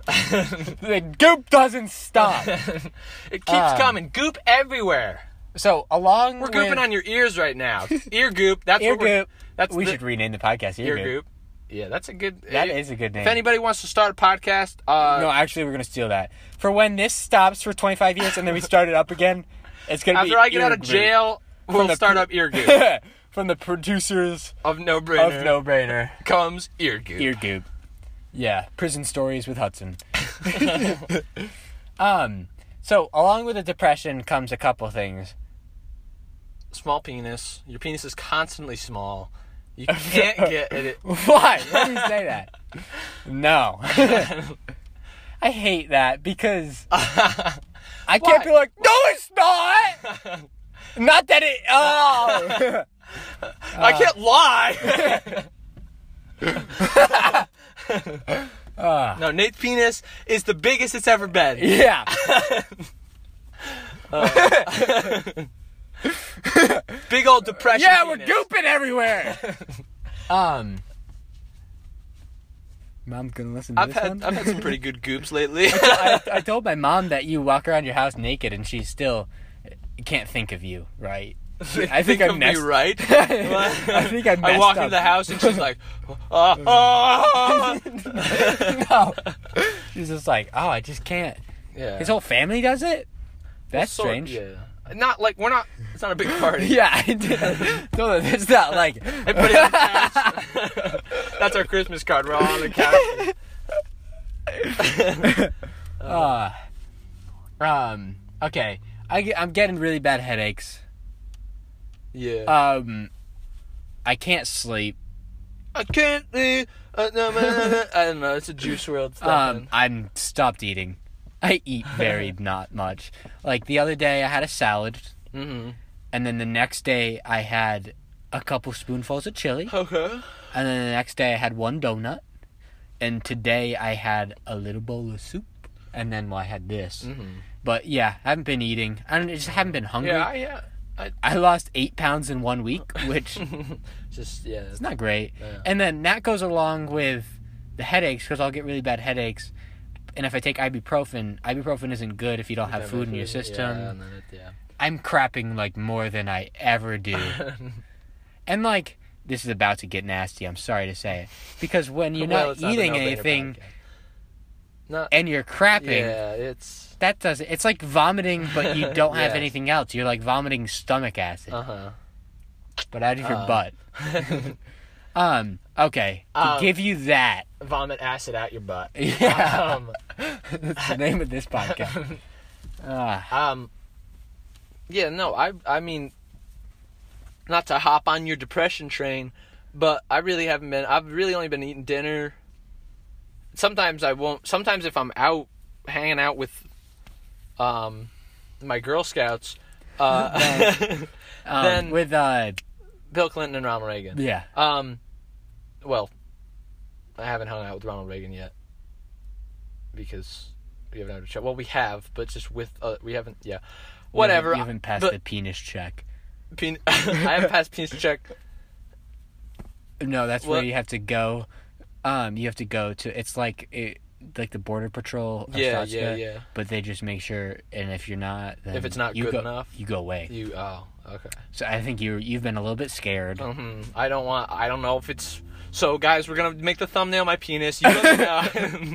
Speaker 2: the goop doesn't stop
Speaker 1: It keeps
Speaker 2: Um,
Speaker 1: coming. Goop everywhere.
Speaker 2: so along
Speaker 1: We're gooping on your ears right now. Ear goop. That's
Speaker 2: ear
Speaker 1: what we're.
Speaker 2: goop
Speaker 1: That's
Speaker 2: we
Speaker 1: the-
Speaker 2: should rename the podcast ear,
Speaker 1: ear goop.
Speaker 2: goop.
Speaker 1: Yeah, that's a good.
Speaker 2: That is a good name
Speaker 1: If anybody wants to start a podcast, uh,
Speaker 2: No, actually, we're gonna steal that for when this stops for 25 years and then we start it up again. It's gonna be
Speaker 1: after I get out of
Speaker 2: Eargoop.
Speaker 1: jail, we'll
Speaker 2: the-
Speaker 1: start up ear goop.
Speaker 2: from the producers
Speaker 1: of no brainer
Speaker 2: of No Brainer
Speaker 1: comes ear goop.
Speaker 2: Ear Goop. Yeah, prison stories with Hudson. um, so along with the depression comes a couple things.
Speaker 1: Small penis. Your penis is constantly small. You can't get it.
Speaker 2: Why? Why do you say that? No, I hate that because Uh, I can't
Speaker 1: Why?
Speaker 2: be like, no, it's not. Not that it. Oh.
Speaker 1: I can't lie.
Speaker 2: Uh,
Speaker 1: No, Nate's penis is the biggest it's ever been. Uh,
Speaker 2: yeah.
Speaker 1: Big old depression.
Speaker 2: yeah, we're
Speaker 1: penis.
Speaker 2: gooping everywhere. um. Mom's gonna listen to
Speaker 1: I've
Speaker 2: this
Speaker 1: had
Speaker 2: one?
Speaker 1: I've had some pretty good goops lately.
Speaker 2: I, I told my mom that you walk around your house naked and she still uh, can't think of you, right? I think
Speaker 1: of
Speaker 2: I'm
Speaker 1: me
Speaker 2: next-
Speaker 1: right.
Speaker 2: I think I messed
Speaker 1: walk
Speaker 2: up.
Speaker 1: into the house and she's like, "Ah, ah."
Speaker 2: no. She's just like, oh, I just can't.
Speaker 1: yeah.
Speaker 2: His whole family does it? That's
Speaker 1: Sort-
Speaker 2: strange.
Speaker 1: Yeah. Not like we're not. It's not a big party.
Speaker 2: Yeah, I did. No, it's not like.
Speaker 1: I put it on the couch. That's our Christmas card. We're all on the couch.
Speaker 2: Uh, um. Okay, I get, I'm getting really bad headaches.
Speaker 1: Yeah.
Speaker 2: Um, I can't sleep.
Speaker 1: I can't leave. Uh, no, no, no, no. I don't know. It's a juice world stuff.
Speaker 2: Um, I'm stopped eating. I eat very not much. Like the other day, I had a salad,
Speaker 1: mm-hmm.
Speaker 2: and then the next day I had a couple spoonfuls of chili,
Speaker 1: Okay.
Speaker 2: and then the next day I had one donut, and today I had a little bowl of soup, and then well, I had this. But yeah, I haven't been eating. I, don't, I just haven't been hungry.
Speaker 1: Mm-hmm. Yeah, I- yeah. I
Speaker 2: I lost eight pounds in one week, which
Speaker 1: just yeah.
Speaker 2: It's not great.
Speaker 1: Yeah.
Speaker 2: And then that goes along with the headaches because I'll get really bad headaches. And if I take ibuprofen, ibuprofen isn't good if you don't have food in your system.
Speaker 1: Yeah, and then it- yeah.
Speaker 2: I'm crapping like more than I ever do. and like, this is about to get nasty. I'm sorry to say it. Because when you're
Speaker 1: Well,
Speaker 2: not
Speaker 1: it's not the
Speaker 2: eating
Speaker 1: no brainer
Speaker 2: anything
Speaker 1: podcast. Not.
Speaker 2: and you're crapping,
Speaker 1: Yeah, it's
Speaker 2: that doesn't. It's like vomiting, but you don't have
Speaker 1: Yes.
Speaker 2: anything else. You're like vomiting stomach acid,
Speaker 1: uh huh.
Speaker 2: but out of your
Speaker 1: uh.
Speaker 2: butt. Um, okay. To
Speaker 1: Um,
Speaker 2: give you that.
Speaker 1: Vomit acid out your butt.
Speaker 2: Yeah.
Speaker 1: Um,
Speaker 2: That's the name of this podcast. Ah,
Speaker 1: um. Yeah, no, I I mean, not to hop on your depression train, but I really haven't been. I've really only been eating dinner. Sometimes I won't. Sometimes if I'm out hanging out with, um, my Girl Scouts, uh,
Speaker 2: um,
Speaker 1: then-
Speaker 2: with uh,
Speaker 1: Bill Clinton and Ronald Reagan.
Speaker 2: yeah,
Speaker 1: Um, well, I haven't hung out with Ronald Reagan yet because we haven't had a chat. Well, we have, but just with uh, we haven't. Yeah, whatever.
Speaker 2: You haven't, you haven't passed
Speaker 1: but
Speaker 2: the penis check.
Speaker 1: pen- I haven't passed penis check.
Speaker 2: No, that's where
Speaker 1: What?
Speaker 2: you have to go. Um, you have to go to. It's like it, like the border patrol. of
Speaker 1: Yeah,
Speaker 2: Saskia,
Speaker 1: yeah, yeah.
Speaker 2: But they just make sure, and if you're not, then
Speaker 1: If it's not
Speaker 2: you
Speaker 1: good
Speaker 2: go-
Speaker 1: enough.
Speaker 2: you go away.
Speaker 1: You oh okay.
Speaker 2: So I think you you've been a little bit scared.
Speaker 1: hmm I don't want. I don't know if it's. So guys, we're gonna make the thumbnail my penis. You let me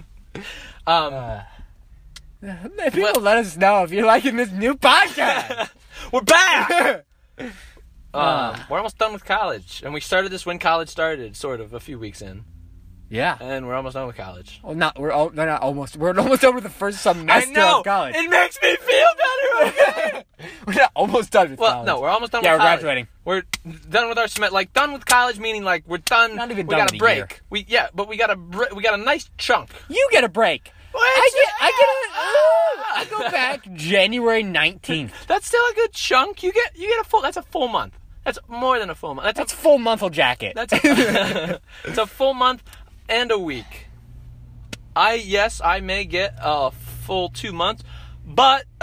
Speaker 1: know. um,
Speaker 2: Uh, People let us know if you're liking this new podcast.
Speaker 1: we're back.
Speaker 2: Uh.
Speaker 1: Um, we're almost done with college, and we started this when college started, sort of a few weeks in,
Speaker 2: yeah.
Speaker 1: and we're almost done with college.
Speaker 2: Well, not we're all, no, not almost we're almost over the first semester
Speaker 1: I know.
Speaker 2: of college.
Speaker 1: It makes me feel better. Okay.
Speaker 2: we're not almost done with
Speaker 1: well,
Speaker 2: college.
Speaker 1: no, we're almost done.
Speaker 2: Yeah,
Speaker 1: with
Speaker 2: we're
Speaker 1: college.
Speaker 2: graduating.
Speaker 1: We're done with our semester. Like done with college, meaning like we're done.
Speaker 2: Not even
Speaker 1: we
Speaker 2: done
Speaker 1: got
Speaker 2: with
Speaker 1: a
Speaker 2: a year.
Speaker 1: break. We yeah, but we got a br- we got a nice chunk.
Speaker 2: You get a break.
Speaker 1: What?
Speaker 2: I get, I get, a, I go back January nineteenth.
Speaker 1: That's still a good chunk. You get you get a full. That's a full month. That's more than a full month.
Speaker 2: That's
Speaker 1: That's
Speaker 2: full monthal jacket.
Speaker 1: a, that's a, it's a full month and a week. I yes, I may get a full two months, but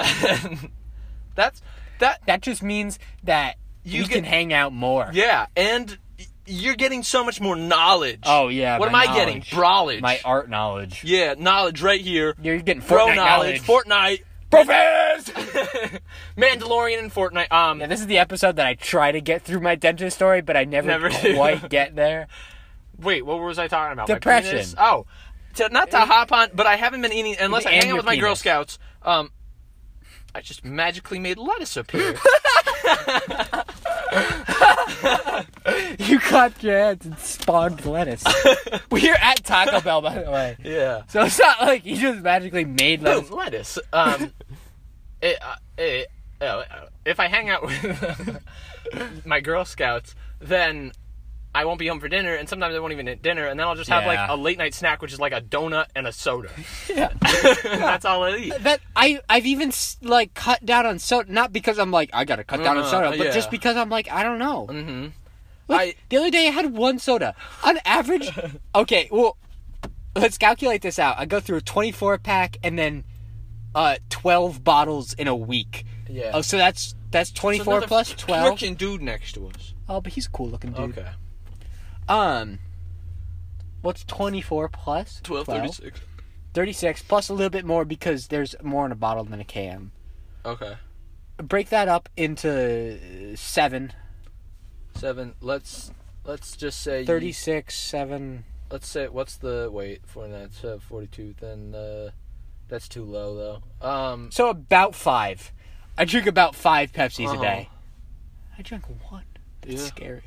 Speaker 1: that's that
Speaker 2: that just means that you
Speaker 1: You
Speaker 2: we
Speaker 1: get-
Speaker 2: can hang out more.
Speaker 1: Yeah, and y- you're getting so much more knowledge.
Speaker 2: Oh yeah.
Speaker 1: What am
Speaker 2: my
Speaker 1: I getting?
Speaker 2: knowledge.
Speaker 1: Browledge.
Speaker 2: My art knowledge.
Speaker 1: yeah, knowledge right here.
Speaker 2: You're getting Fortnite
Speaker 1: Bro knowledge.
Speaker 2: Profess.
Speaker 1: Fortnite. Mandalorian and Fortnite. Um,
Speaker 2: Yeah, this is the episode that I try to get through my dentist story, but I never,
Speaker 1: Never do.
Speaker 2: quite get there.
Speaker 1: wait, what was I talking about? My
Speaker 2: Depression.
Speaker 1: penis? Oh, to, not to hop on, but I haven't been eating unless I
Speaker 2: And
Speaker 1: hang out
Speaker 2: your
Speaker 1: with my Girl
Speaker 2: penis.
Speaker 1: Scouts. Um, I just magically made lettuce appear.
Speaker 2: You clapped your hands and spawned lettuce. We're at Taco Bell, by the way.
Speaker 1: yeah.
Speaker 2: So it's not like you just magically made
Speaker 1: Boom,
Speaker 2: lettuce.
Speaker 1: lettuce. Um, it, uh, it, uh, if I hang out with my Girl Scouts, then I won't be home for dinner, and sometimes I won't even eat dinner, and then I'll just have like
Speaker 2: Yeah.
Speaker 1: a late night snack, which is like a donut and a soda.
Speaker 2: Yeah.
Speaker 1: That's all I eat.
Speaker 2: that I I've even s- like cut down on soda, not because I'm like I gotta cut down on
Speaker 1: Uh,
Speaker 2: soda, but
Speaker 1: yeah.
Speaker 2: just because I'm like I don't know.
Speaker 1: Mm-hmm.
Speaker 2: Look,
Speaker 1: I-
Speaker 2: the other day I had one soda. On average, okay, well, let's calculate this out. I go through a 24 pack and then uh 12 bottles in a week.
Speaker 1: Yeah.
Speaker 2: Oh, so that's that's
Speaker 1: There's
Speaker 2: 24
Speaker 1: another
Speaker 2: plus
Speaker 1: f-
Speaker 2: 12.
Speaker 1: Freaking dude next to us.
Speaker 2: Oh, but he's a cool looking dude.
Speaker 1: Okay.
Speaker 2: Um What's 24 plus?
Speaker 1: 12, 36.
Speaker 2: 36 plus a little bit more because there's more in a bottle than a can.
Speaker 1: Okay.
Speaker 2: Break that up into uh, 7,
Speaker 1: Seven. Let's let's just say you-
Speaker 2: 36, 7.
Speaker 1: let's say what's the wait for that uh, 42 then uh that's too low though um
Speaker 2: So about 5. I drink about 5 Pepsis
Speaker 1: Uh-huh.
Speaker 2: a day. I drank one. That's
Speaker 1: Yeah.
Speaker 2: scary.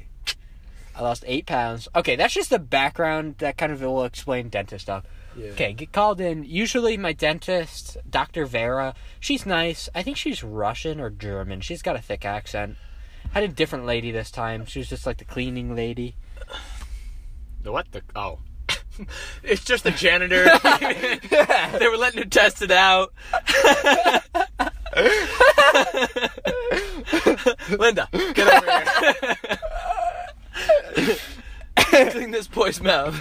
Speaker 2: I lost 8 pounds. Okay, that's just the background that kind of will explain dentist stuff.
Speaker 1: yeah.
Speaker 2: Okay, get called in. Usually, my dentist, Dr. Vera, she's nice. I think she's Russian or German. She's got a thick accent. Had a different lady this time. She was just like the cleaning lady.
Speaker 1: The what the oh it's just the janitor they were letting her test it out linda get over here clean this boy's mouth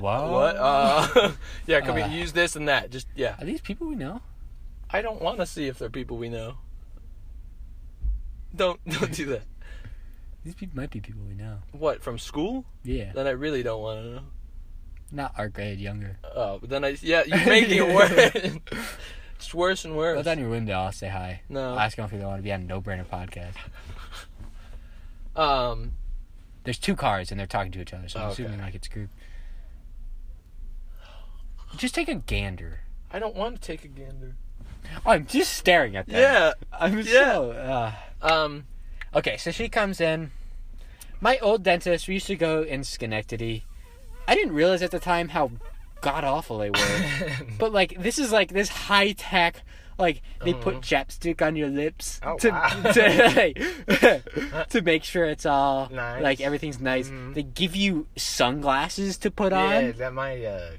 Speaker 2: Wow.
Speaker 1: what uh yeah can
Speaker 2: Uh.
Speaker 1: we use this and that just yeah
Speaker 2: Are these people we know?
Speaker 1: I don't want to see if they're people we know. Don't don't do that.
Speaker 2: These people might be people we know.
Speaker 1: What from school?
Speaker 2: Yeah.
Speaker 1: Then I really don't want to know.
Speaker 2: Not our grade, younger.
Speaker 1: Oh, but then I yeah, you're making it worse. it's worse and worse.
Speaker 2: Go down your window. I'll say hi.
Speaker 1: No.
Speaker 2: I'll ask them if they want to be on a No Brainer podcast.
Speaker 1: um,
Speaker 2: There's two cars and they're talking to each other, so I'm
Speaker 1: Okay.
Speaker 2: assuming like it's group. Just take a gander.
Speaker 1: I don't want to take a gander.
Speaker 2: Oh, I'm just staring at them.
Speaker 1: Yeah.
Speaker 2: I'm
Speaker 1: Yeah.
Speaker 2: so. Uh,
Speaker 1: Um.
Speaker 2: Okay, so she comes in. My old dentist, we used to go in Schenectady. I didn't realize at the time how god awful they were. but like this is like this high tech like they put chapstick on your lips
Speaker 1: Mm-hmm. Oh,
Speaker 2: to
Speaker 1: wow.
Speaker 2: to, to make sure it's all
Speaker 1: Nice. Mm-hmm.
Speaker 2: like everything's nice. They give you sunglasses to put on.
Speaker 1: that my uh,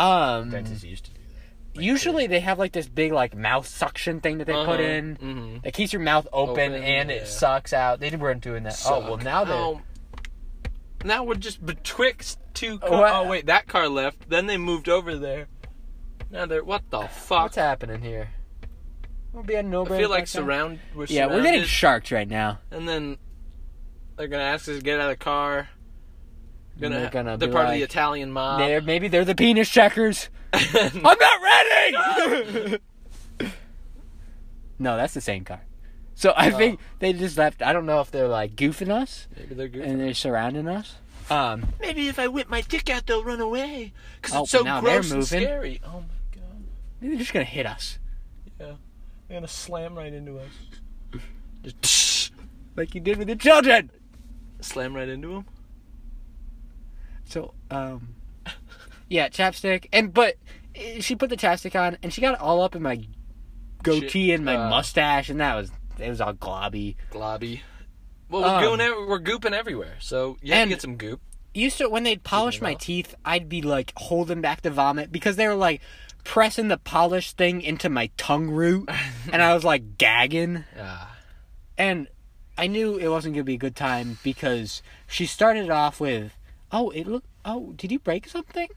Speaker 2: Um
Speaker 1: used to do
Speaker 2: usually they have like this big like mouth suction thing that they put in
Speaker 1: Mm-hmm.
Speaker 2: that keeps your mouth open,
Speaker 1: Open,
Speaker 2: and
Speaker 1: yeah.
Speaker 2: it sucks out. They weren't doing that. Oh well, now they're
Speaker 1: um, now we're just betwixt two. Car-
Speaker 2: What?
Speaker 1: Oh wait, that car left. Then they moved over there. Now they're what the fuck?
Speaker 2: what's happening here? We'll be on no
Speaker 1: I feel like surround. We're
Speaker 2: Yeah, we're getting
Speaker 1: surrounded.
Speaker 2: sharked right now.
Speaker 1: and then they're gonna ask us to get out of the car. Gonna,
Speaker 2: They're
Speaker 1: they're
Speaker 2: gonna be
Speaker 1: part of the
Speaker 2: like-
Speaker 1: Italian mob.
Speaker 2: They're, maybe they're the penis checkers. I'm not ready. no, that's the same car. So I think they just left. I don't know if they're like goofing us
Speaker 1: Maybe they're goofy.
Speaker 2: and they're surrounding us. Um,
Speaker 1: Maybe if I whip my dick out, they'll run away. Cause
Speaker 2: Oh,
Speaker 1: it's so
Speaker 2: now they're
Speaker 1: gross and
Speaker 2: moving.
Speaker 1: scary. Oh my god.
Speaker 2: maybe they're just gonna hit us
Speaker 1: Yeah, they're gonna slam right into us. Just
Speaker 2: like you did with the children.
Speaker 1: slam right into him.
Speaker 2: So, um, yeah, chapstick, and but eh, she put the chapstick on, and she got it all up in my goatee and my
Speaker 1: uh,
Speaker 2: mustache, and that was it was all globby.
Speaker 1: Globby. Well, we're,
Speaker 2: Um,
Speaker 1: going ev- we're gooping everywhere, so you have
Speaker 2: and-
Speaker 1: to get some goop.
Speaker 2: Used to when they'd polish my
Speaker 1: up.
Speaker 2: teeth, I'd be like holding back the vomit because they were like pressing the polish thing into my tongue root, and I was like gagging,
Speaker 1: Ah,
Speaker 2: and I knew it wasn't gonna be a good time because she started off with, "Oh, it look, oh, did you break something?"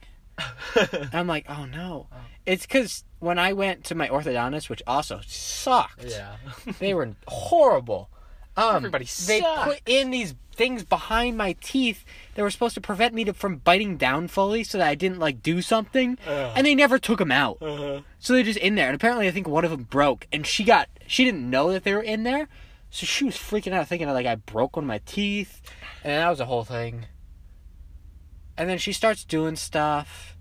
Speaker 2: And I'm like, oh no. It's because when I went to my orthodontist, which also sucked,
Speaker 1: yeah.
Speaker 2: they were horrible. Um,
Speaker 1: Everybody
Speaker 2: They
Speaker 1: sucked.
Speaker 2: put in these things behind my teeth that were supposed to prevent me to, from biting down fully so that I didn't like do something, and they never took them out.
Speaker 1: Uh-huh.
Speaker 2: So they're just in there, and apparently I think one of them broke, and she got she didn't know that they were in there, so she was freaking out, thinking like I broke one of my teeth, and that was a whole thing. And then she starts doing stuff,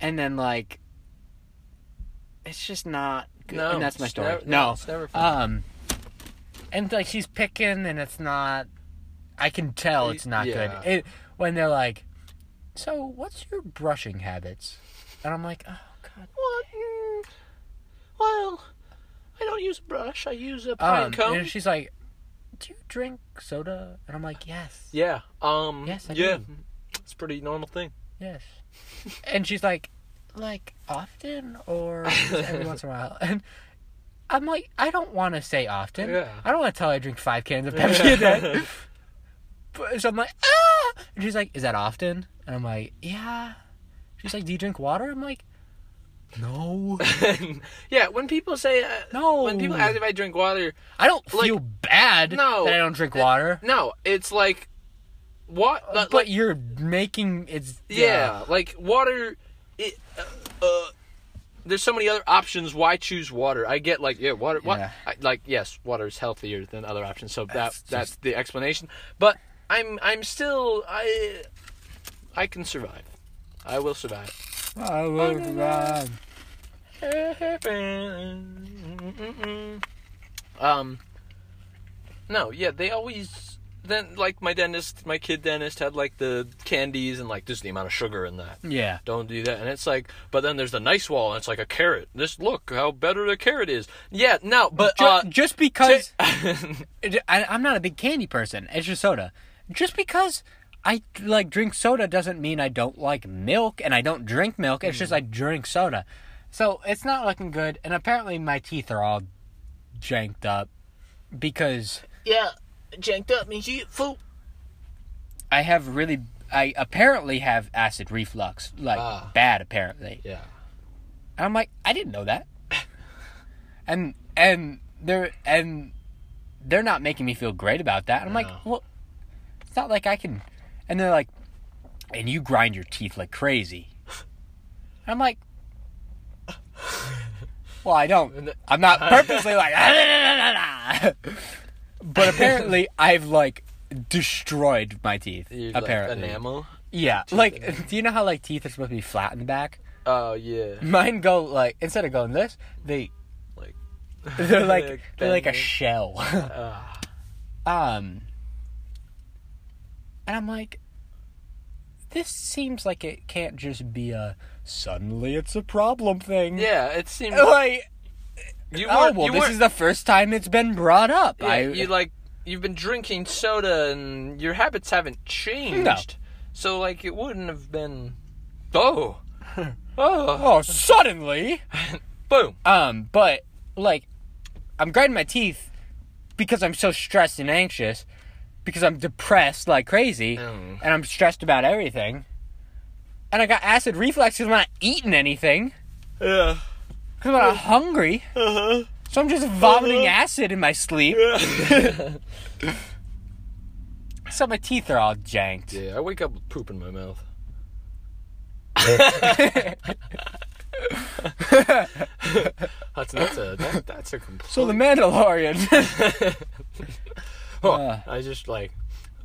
Speaker 2: and then like, it's just not good.
Speaker 1: No,
Speaker 2: and that's my
Speaker 1: it's
Speaker 2: story.
Speaker 1: never-
Speaker 2: no,
Speaker 1: it's never fun.
Speaker 2: um, and like she's picking, and it's not. I can tell it's not
Speaker 1: Yeah.
Speaker 2: good. It when they're like, so what's your brushing habits? And I'm like, oh god.
Speaker 1: What? Mm, Well, I don't use a brush. I use a pine
Speaker 2: Um,
Speaker 1: cone.
Speaker 2: and she's like, do you drink soda? And I'm like, yes,
Speaker 1: Yeah. Um.
Speaker 2: Yes, I
Speaker 1: yeah.
Speaker 2: do.
Speaker 1: It's a pretty normal thing.
Speaker 2: yes. and she's like, like often or just every once in a while. And I'm like, I don't want to say often.
Speaker 1: Yeah.
Speaker 2: I don't want to tell her I drink five cans of Pepsi a day. But, so I'm like, ah! And she's like, is that often? And I'm like, yeah. She's like, "Do you drink water?" I'm like, "No,
Speaker 1: yeah, when people say uh,
Speaker 2: No.
Speaker 1: when people ask if I drink water,
Speaker 2: I don't
Speaker 1: Like,
Speaker 2: feel bad
Speaker 1: no,
Speaker 2: that I don't drink water."
Speaker 1: no, it's like what?
Speaker 2: Uh, But,
Speaker 1: like,
Speaker 2: you're making it's
Speaker 1: yeah, like water. It, uh, uh, there's so many other options. Why choose water? I get like yeah, water. What?
Speaker 2: Yeah.
Speaker 1: I, like yes, water is healthier than other options. So
Speaker 2: That's
Speaker 1: that that's
Speaker 2: just-
Speaker 1: the explanation. But I'm I'm still I I can survive. I will survive.
Speaker 2: I
Speaker 1: Oh,
Speaker 2: will run.
Speaker 1: Mm-hmm. Um, no, yeah, they always then like my dentist, my kid dentist had like the candies and like this is the amount of sugar in that.
Speaker 2: Yeah.
Speaker 1: Don't do that. And it's like, but then there's the nice wall, and it's like a carrot. This look how better the carrot is. Yeah, no, but
Speaker 2: Ju-
Speaker 1: uh,
Speaker 2: just because it- I, I'm not a big candy person, it's just soda. Just because I like drink soda doesn't mean I don't like milk and I don't drink milk. It's just I drink soda, so it's not looking good. And apparently my teeth are all janked up because
Speaker 1: yeah, janked up means you fool.
Speaker 2: I have really I apparently have acid reflux, like
Speaker 1: Ah.
Speaker 2: bad apparently.
Speaker 1: Yeah,
Speaker 2: And I'm like, I didn't know that. and and they're and they're not making me feel great about that. And I'm
Speaker 1: No.
Speaker 2: like, well, it's not like I can. And they're like, and you grind your teeth like crazy. And I'm like, well, I don't. I'm not purposely like, but apparently I've like destroyed my teeth.
Speaker 1: You're, like,
Speaker 2: apparently,
Speaker 1: enamel.
Speaker 2: yeah. Like, do you know how like teeth are supposed to be flat in the back?
Speaker 1: Oh yeah,
Speaker 2: Mine go like instead of going this, they
Speaker 1: like
Speaker 2: they're like
Speaker 1: Like
Speaker 2: they're like a
Speaker 1: bending.
Speaker 2: shell. um, and I'm like, this seems like it can't just be a suddenly it's a problem thing.
Speaker 1: yeah. It seemed
Speaker 2: Like,
Speaker 1: you
Speaker 2: oh
Speaker 1: weren't.
Speaker 2: well,
Speaker 1: you
Speaker 2: this
Speaker 1: weren't-
Speaker 2: is the first time it's been brought up.
Speaker 1: Yeah,
Speaker 2: I
Speaker 1: you like you've been drinking soda and your habits haven't changed. So like it wouldn't have been Oh. oh.
Speaker 2: oh suddenly.
Speaker 1: Boom.
Speaker 2: Um, but like, I'm grinding my teeth because I'm so stressed and anxious because I'm depressed like crazy
Speaker 1: Mm.
Speaker 2: and I'm stressed about everything. And I got acid reflux because I'm not eating anything
Speaker 1: Yeah.
Speaker 2: because I'm not hungry.
Speaker 1: Uh-huh.
Speaker 2: So I'm just vomiting acid in my sleep. So my teeth are all janked.
Speaker 1: yeah, I wake up with poop in my mouth. That's that's a that, that's a complete
Speaker 2: So the Mandalorian.
Speaker 1: Oh,
Speaker 2: uh.
Speaker 1: I just like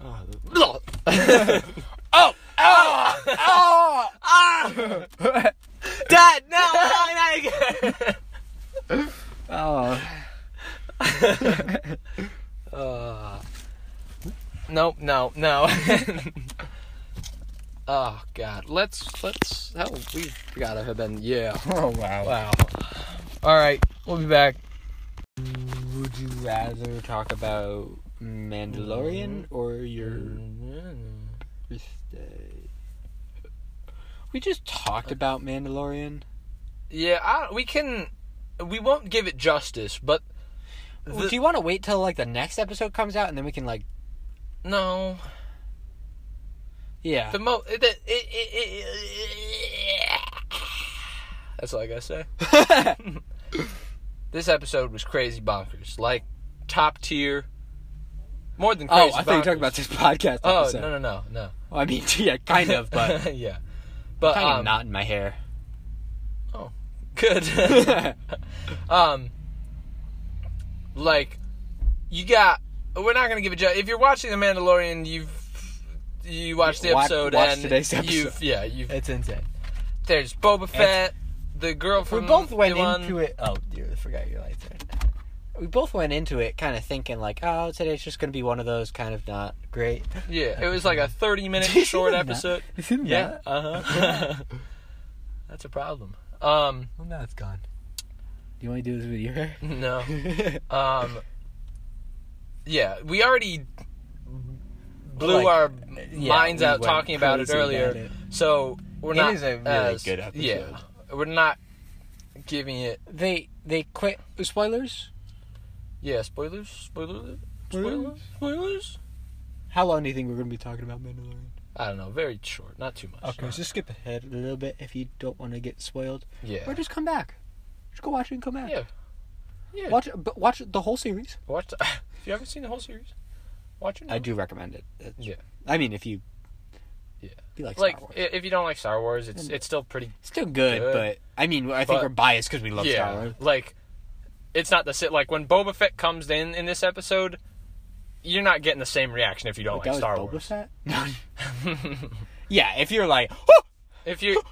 Speaker 1: oh, the-
Speaker 2: oh, oh, oh,
Speaker 1: Ah! Dad, no, why not again?
Speaker 2: oh.
Speaker 1: Uh, no, no, no. oh God, let's let's. Oh, we gotta have been. Yeah.
Speaker 2: Oh wow.
Speaker 1: Wow. All right, we'll be back.
Speaker 2: Would you rather talk about Mandalorian or your
Speaker 1: Mm.
Speaker 2: birthday? We just talked about Mandalorian.
Speaker 1: Yeah, I, we can. We won't give it justice, but The-
Speaker 2: Do you want to wait till like the next episode comes out and then we can like
Speaker 1: no.
Speaker 2: yeah
Speaker 1: The mo. It, it, it, it, that's all I gotta say. This episode was crazy bonkers, like top tier. More than
Speaker 2: oh
Speaker 1: crazy.
Speaker 2: I thought you were talking about this podcast episode.
Speaker 1: Oh no no no no.
Speaker 2: Well, I mean yeah kind of but
Speaker 1: yeah, but
Speaker 2: kind
Speaker 1: um,
Speaker 2: of not in my hair.
Speaker 1: good. um, like you got. We're not gonna give a judge. If you're watching The Mandalorian, you've you watched the
Speaker 2: Wa-
Speaker 1: episode
Speaker 2: watched
Speaker 1: and
Speaker 2: today's episode.
Speaker 1: you've yeah you've
Speaker 2: it's insane.
Speaker 1: there's Boba Fett, the girl
Speaker 2: We
Speaker 1: from
Speaker 2: both went
Speaker 1: Iran.
Speaker 2: into it. Oh dear, I forgot your lights there. We both went into it kind of thinking like, oh, today's just gonna be one of those kind of not great.
Speaker 1: Yeah, it was like a 30 minute short episode. Yeah, uh huh. That's a problem. Um,
Speaker 2: Well, now Oh, it's gone. Do you want to do this with your hair?
Speaker 1: no. Um, yeah, we already blew
Speaker 2: Like,
Speaker 1: our
Speaker 2: yeah,
Speaker 1: minds
Speaker 2: we
Speaker 1: out
Speaker 2: went
Speaker 1: talking about it
Speaker 2: crazy about
Speaker 1: earlier,
Speaker 2: it.
Speaker 1: so we're
Speaker 2: It
Speaker 1: not.
Speaker 2: is a really
Speaker 1: as-
Speaker 2: good episode.
Speaker 1: Yeah, we're not giving it.
Speaker 2: They they quit spoilers.
Speaker 1: Yeah, spoilers, spoilers, spoilers, spoilers.
Speaker 2: How long do you think we're gonna be talking about Mandalorian?
Speaker 1: I don't know, very short, not too much.
Speaker 2: Okay, so skip ahead a little bit if you don't want to get spoiled,
Speaker 1: Yeah.
Speaker 2: or just come back. Just go watch it and come back.
Speaker 1: Yeah. Yeah.
Speaker 2: Watch, but watch the whole series.
Speaker 1: Watch. The, have you ever seen the whole series? Watch it.
Speaker 2: I do recommend it. It's-
Speaker 1: Yeah.
Speaker 2: I mean, if you.
Speaker 1: Yeah.
Speaker 2: if you like,
Speaker 1: Like,
Speaker 2: Star Wars.
Speaker 1: i- if you don't like Star Wars, it's it's still pretty.
Speaker 2: It's still good,
Speaker 1: Good.
Speaker 2: but I mean, I think
Speaker 1: But-
Speaker 2: we're biased because we love Star Wars.
Speaker 1: Like, it's not the sit. Like when Boba Fett comes in in this episode, you're not getting the same reaction if you don't
Speaker 2: Like,
Speaker 1: Oh, like,
Speaker 2: that was
Speaker 1: Star
Speaker 2: Boba
Speaker 1: Wars.
Speaker 2: Fett. yeah, if you're like, "Oh,
Speaker 1: If you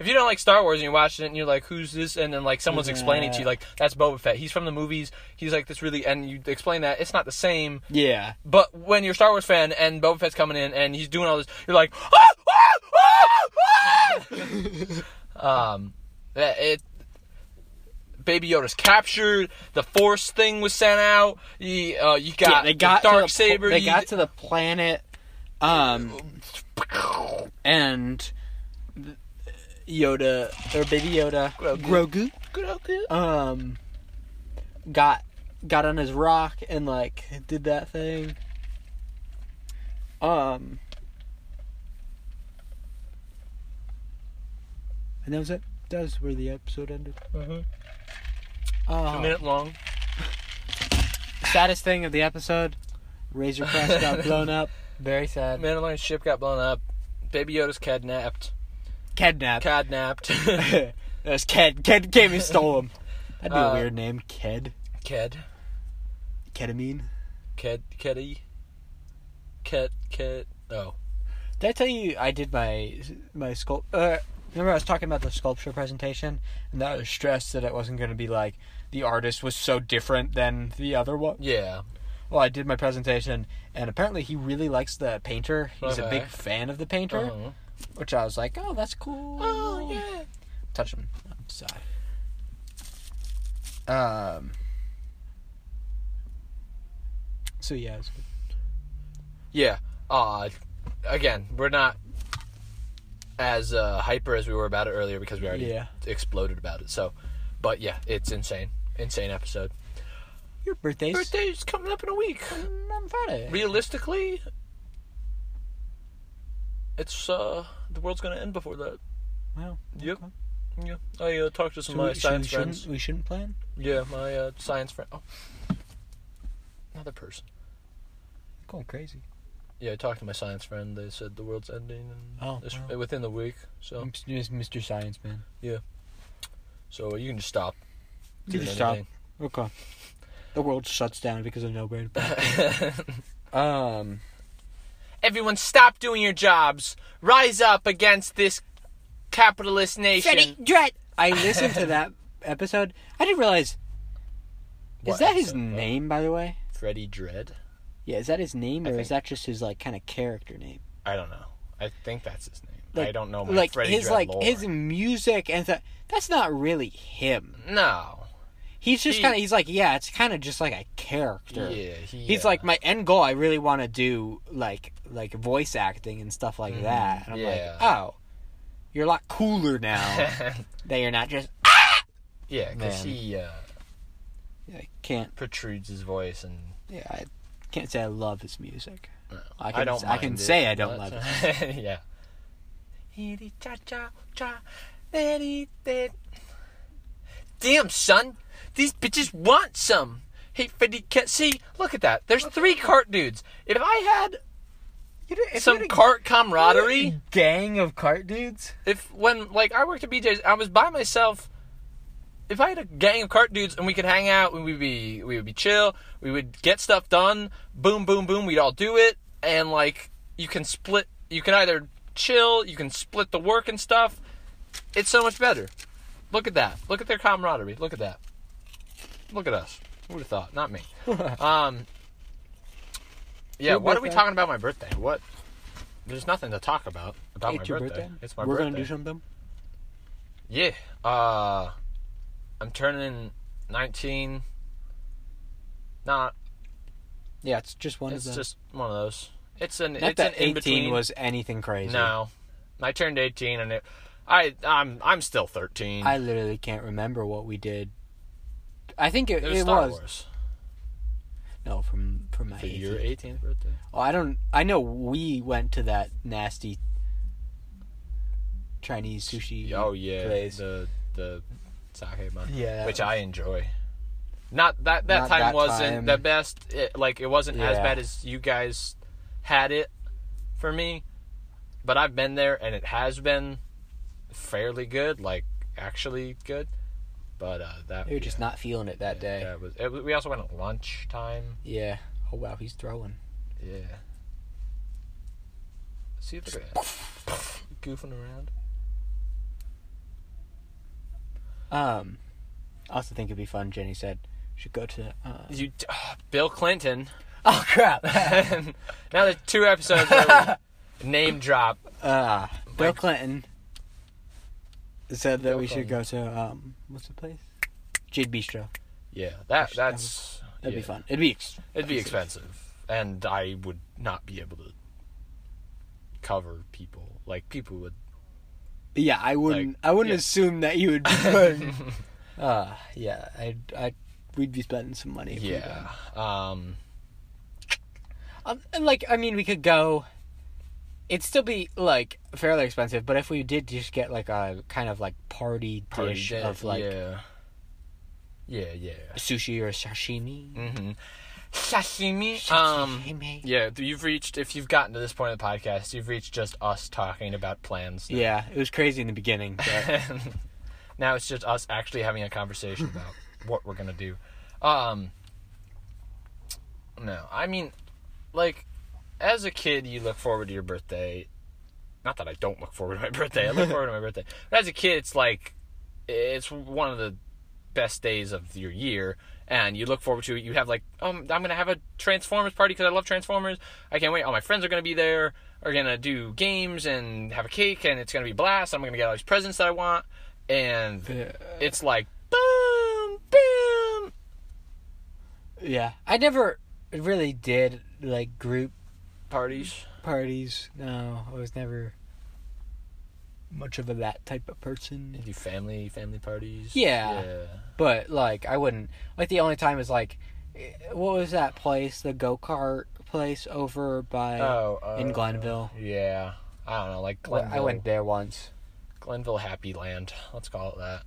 Speaker 1: if you don't like Star Wars and you're watching it and you're like, who's this? And then like someone's explaining to you like, that's Boba Fett. He's from the movies. He's like this really, and you explain that it's not the same.
Speaker 2: yeah,
Speaker 1: But when you're a Star Wars fan and Boba Fett's coming in and he's doing all this, you're like, ah, ah, ah! um, that- it. Baby Yoda's captured. The Force thing was sent out. You, uh, you got,
Speaker 2: yeah," they got
Speaker 1: the
Speaker 2: to the
Speaker 1: dark
Speaker 2: pl-
Speaker 1: saber.
Speaker 2: they
Speaker 1: you-
Speaker 2: got to the planet, um, and Yoda or Baby Yoda, Grogu, um, got got on his rock and like did that thing. Um, and that was it. That was where the episode ended.
Speaker 1: Mhm.
Speaker 2: Mm-hmm. Uh,
Speaker 1: a minute long.
Speaker 2: saddest thing of the episode, Razor Crest got blown up. Very sad.
Speaker 1: Mandalorian's ship got blown up. Baby Yoda's kidnapped.
Speaker 2: Kidnapped.
Speaker 1: Kidnapped.
Speaker 2: That was Ked. Ked came and stole him. That'd be a
Speaker 1: Uh,
Speaker 2: weird name. Ked.
Speaker 1: Ked.
Speaker 2: Ketamine.
Speaker 1: Ked. Keddy. Ket. Ket. Oh.
Speaker 2: Did I tell you I did my my sculpt? Uh, remember I was talking about the sculpture presentation, and that I was stressed that it wasn't going to be like the artist was so different than the other one.
Speaker 1: Yeah.
Speaker 2: Well, I did my presentation, and apparently he really likes the painter. He's a
Speaker 1: Okay.
Speaker 2: big fan of the painter,
Speaker 1: Uh-huh.
Speaker 2: which I was like, oh, that's cool.
Speaker 1: Oh yeah.
Speaker 2: touch him. I'm sorry. Um. So yeah, it was good.
Speaker 1: Yeah. Uh again, we're not as uh, hyper as we were about it earlier because we already
Speaker 2: Yeah.
Speaker 1: exploded about it. So, but yeah, it's insane, insane episode.
Speaker 2: your birthday's
Speaker 1: Birthday's coming up in a week.
Speaker 2: on Friday.
Speaker 1: Realistically, it's uh the world's gonna end before that.
Speaker 2: Wow.
Speaker 1: Yep.
Speaker 2: okay.
Speaker 1: Yeah, I uh, talked to some of
Speaker 2: So
Speaker 1: my
Speaker 2: we, so we
Speaker 1: science
Speaker 2: shouldn't
Speaker 1: friends.
Speaker 2: we shouldn't plan.
Speaker 1: Yeah, my uh, science friend. Oh, another person.
Speaker 2: Going crazy.
Speaker 1: Yeah, I talked to my science friend. They said the world's ending in
Speaker 2: Oh,
Speaker 1: this,
Speaker 2: wow. Mm.
Speaker 1: within the week. So
Speaker 2: I'm just Mr. Science Man.
Speaker 1: So you can just stop. doing
Speaker 2: just stop.
Speaker 1: anything.
Speaker 2: Okay. The world shuts down because of no brain. um.
Speaker 1: Everyone, stop doing your jobs. Rise up against this capitalist nation.
Speaker 2: Dread. I listened to that episode. I didn't realize. Is
Speaker 1: What Uh,
Speaker 2: that his
Speaker 1: episode?
Speaker 2: name, by the way?
Speaker 1: Freddy Dread?
Speaker 2: Yeah, is that his name
Speaker 1: I
Speaker 2: or
Speaker 1: think-
Speaker 2: is that just his like kind of character name?
Speaker 1: I don't know. I think that's his name.
Speaker 2: Like-
Speaker 1: I don't know. Oh My
Speaker 2: Like
Speaker 1: Freddy
Speaker 2: his
Speaker 1: Dredd
Speaker 2: like
Speaker 1: lore.
Speaker 2: his music and th- that's not really him.
Speaker 1: No.
Speaker 2: He's just
Speaker 1: He-
Speaker 2: kind of he's like yeah, it's kind of just like a character.
Speaker 1: Yeah. He,
Speaker 2: He's
Speaker 1: uh,
Speaker 2: like my end goal. I really want to do like like voice acting and stuff like that. And I'm
Speaker 1: Mm-hmm. yeah.
Speaker 2: like, oh, you're a lot cooler now that you're not just
Speaker 1: yeah, because
Speaker 2: Man.
Speaker 1: he uh,
Speaker 2: I can't
Speaker 1: protrudes his voice and.
Speaker 2: yeah, I can't say I love his music.
Speaker 1: No.
Speaker 2: I can
Speaker 1: don't.
Speaker 2: I can
Speaker 1: mind it,
Speaker 2: say I don't
Speaker 1: but-
Speaker 2: love it.
Speaker 1: yeah. Hiddy cha cha cha, hiddy did. Damn son, these bitches want some. Hey Freddy, can't see. Look at that. There's three cart dudes. If I had some cart camaraderie,
Speaker 2: gang of cart dudes.
Speaker 1: if when like I worked at BJ's, I was by myself. If I had a gang of cart dudes and we could hang out, we would be we would be chill. We would get stuff done. Boom, boom, boom. We'd all do it, and like you can split. You can either chill. You can split the work and stuff. It's so much better. Look at that. Look at their camaraderie. Look at that. Look at us. Who would have thought? Not me. um. Yeah.
Speaker 2: Your
Speaker 1: what are we
Speaker 2: birthday?
Speaker 1: talking about? My birthday. What? There's nothing to talk about about my birthday. It's my
Speaker 2: We're
Speaker 1: birthday.
Speaker 2: gonna do something.
Speaker 1: Yeah. Uh I'm turning 19. Not.
Speaker 2: Yeah, it's just one
Speaker 1: it's
Speaker 2: of them.
Speaker 1: just one of those. It's an
Speaker 2: Not
Speaker 1: it's
Speaker 2: that
Speaker 1: an in
Speaker 2: 18
Speaker 1: between.
Speaker 2: was anything crazy.
Speaker 1: no. I turned 18 and it I I'm I'm still 13.
Speaker 2: I literally can't remember what we did. I think it,
Speaker 1: it was
Speaker 2: it was.
Speaker 1: Star Wars.
Speaker 2: No, from from my
Speaker 1: for
Speaker 2: eighteenth.
Speaker 1: your 18th birthday.
Speaker 2: Oh, I don't. I know we went to that nasty Chinese sushi.
Speaker 1: Oh yeah,
Speaker 2: place.
Speaker 1: the the sake man.
Speaker 2: Yeah, that
Speaker 1: which
Speaker 2: was-
Speaker 1: I enjoy. Not that that
Speaker 2: Not
Speaker 1: time
Speaker 2: that
Speaker 1: wasn't
Speaker 2: time.
Speaker 1: the best. It, like it wasn't as
Speaker 2: Yeah.
Speaker 1: bad as you guys had it for me, but I've been there and it has been fairly good. Like actually good, but uh, that
Speaker 2: They were just not feeling it that day.
Speaker 1: That was, it, was- we also went at lunchtime.
Speaker 2: Yeah. Oh wow, he's throwing.
Speaker 1: Yeah. See if they're goofing around.
Speaker 2: Um, I also think it'd be fun. Jenny said should go to. Uh...
Speaker 1: You, Bill Clinton.
Speaker 2: Oh crap!
Speaker 1: now there's two episodes where we name drop.
Speaker 2: uh, Bill
Speaker 1: Like-
Speaker 2: Clinton said that
Speaker 1: Bill
Speaker 2: we should go to um, what's the place? Jade Bistro.
Speaker 1: Yeah, that
Speaker 2: That
Speaker 1: that's
Speaker 2: That'd
Speaker 1: yeah.
Speaker 2: be fun. It'd be. Ex-
Speaker 1: It'd be expensive, and I would not be able to cover people. Like people would.
Speaker 2: yeah, I wouldn't. I wouldn't
Speaker 1: yeah.
Speaker 2: assume that you would. be good. uh, yeah, I, I, we'd be spending some money. if we went.
Speaker 1: Yeah. Um.
Speaker 2: Um, and, like I mean, we could go. It'd still be like fairly expensive, but if we did just get like a kind of like party
Speaker 1: party
Speaker 2: dish
Speaker 1: day-
Speaker 2: of like
Speaker 1: Yeah. Yeah. Yeah.
Speaker 2: sushi or sashimi,
Speaker 1: Mm-hmm. Sashimi. Um. Yeah, you've reached. If you've gotten to this point of the podcast, you've reached just us talking about plans.
Speaker 2: yeah, it was crazy in the beginning. But
Speaker 1: now it's just us actually having a conversation about what we're gonna do. Um, no, I mean, like, as a kid, you look forward to your birthday. Not that I don't look forward to my birthday. I look forward to my birthday. But as a kid, it's like, it's one of the best days of your year, and you look forward to it. You have like, um, I'm gonna have a Transformers party because I love Transformers. I can't wait. All my friends are gonna be there. Are gonna do games and have a cake, and it's gonna be a blast. I'm gonna get all these presents that I want, and it's like, boom, boom.
Speaker 2: yeah, I never really did like group
Speaker 1: Parties.
Speaker 2: parties. No, I was never much of a that type of person.
Speaker 1: Do family family parties.
Speaker 2: Yeah. But like, I wouldn't. Like the only time is like, eh, what was that place? The go kart place over by
Speaker 1: Oh. Uh,
Speaker 2: in Glenville.
Speaker 1: Yeah. I don't know, like
Speaker 2: Well,
Speaker 1: Glenville.
Speaker 2: I went there once.
Speaker 1: Glenville Happy Land. Let's call it that.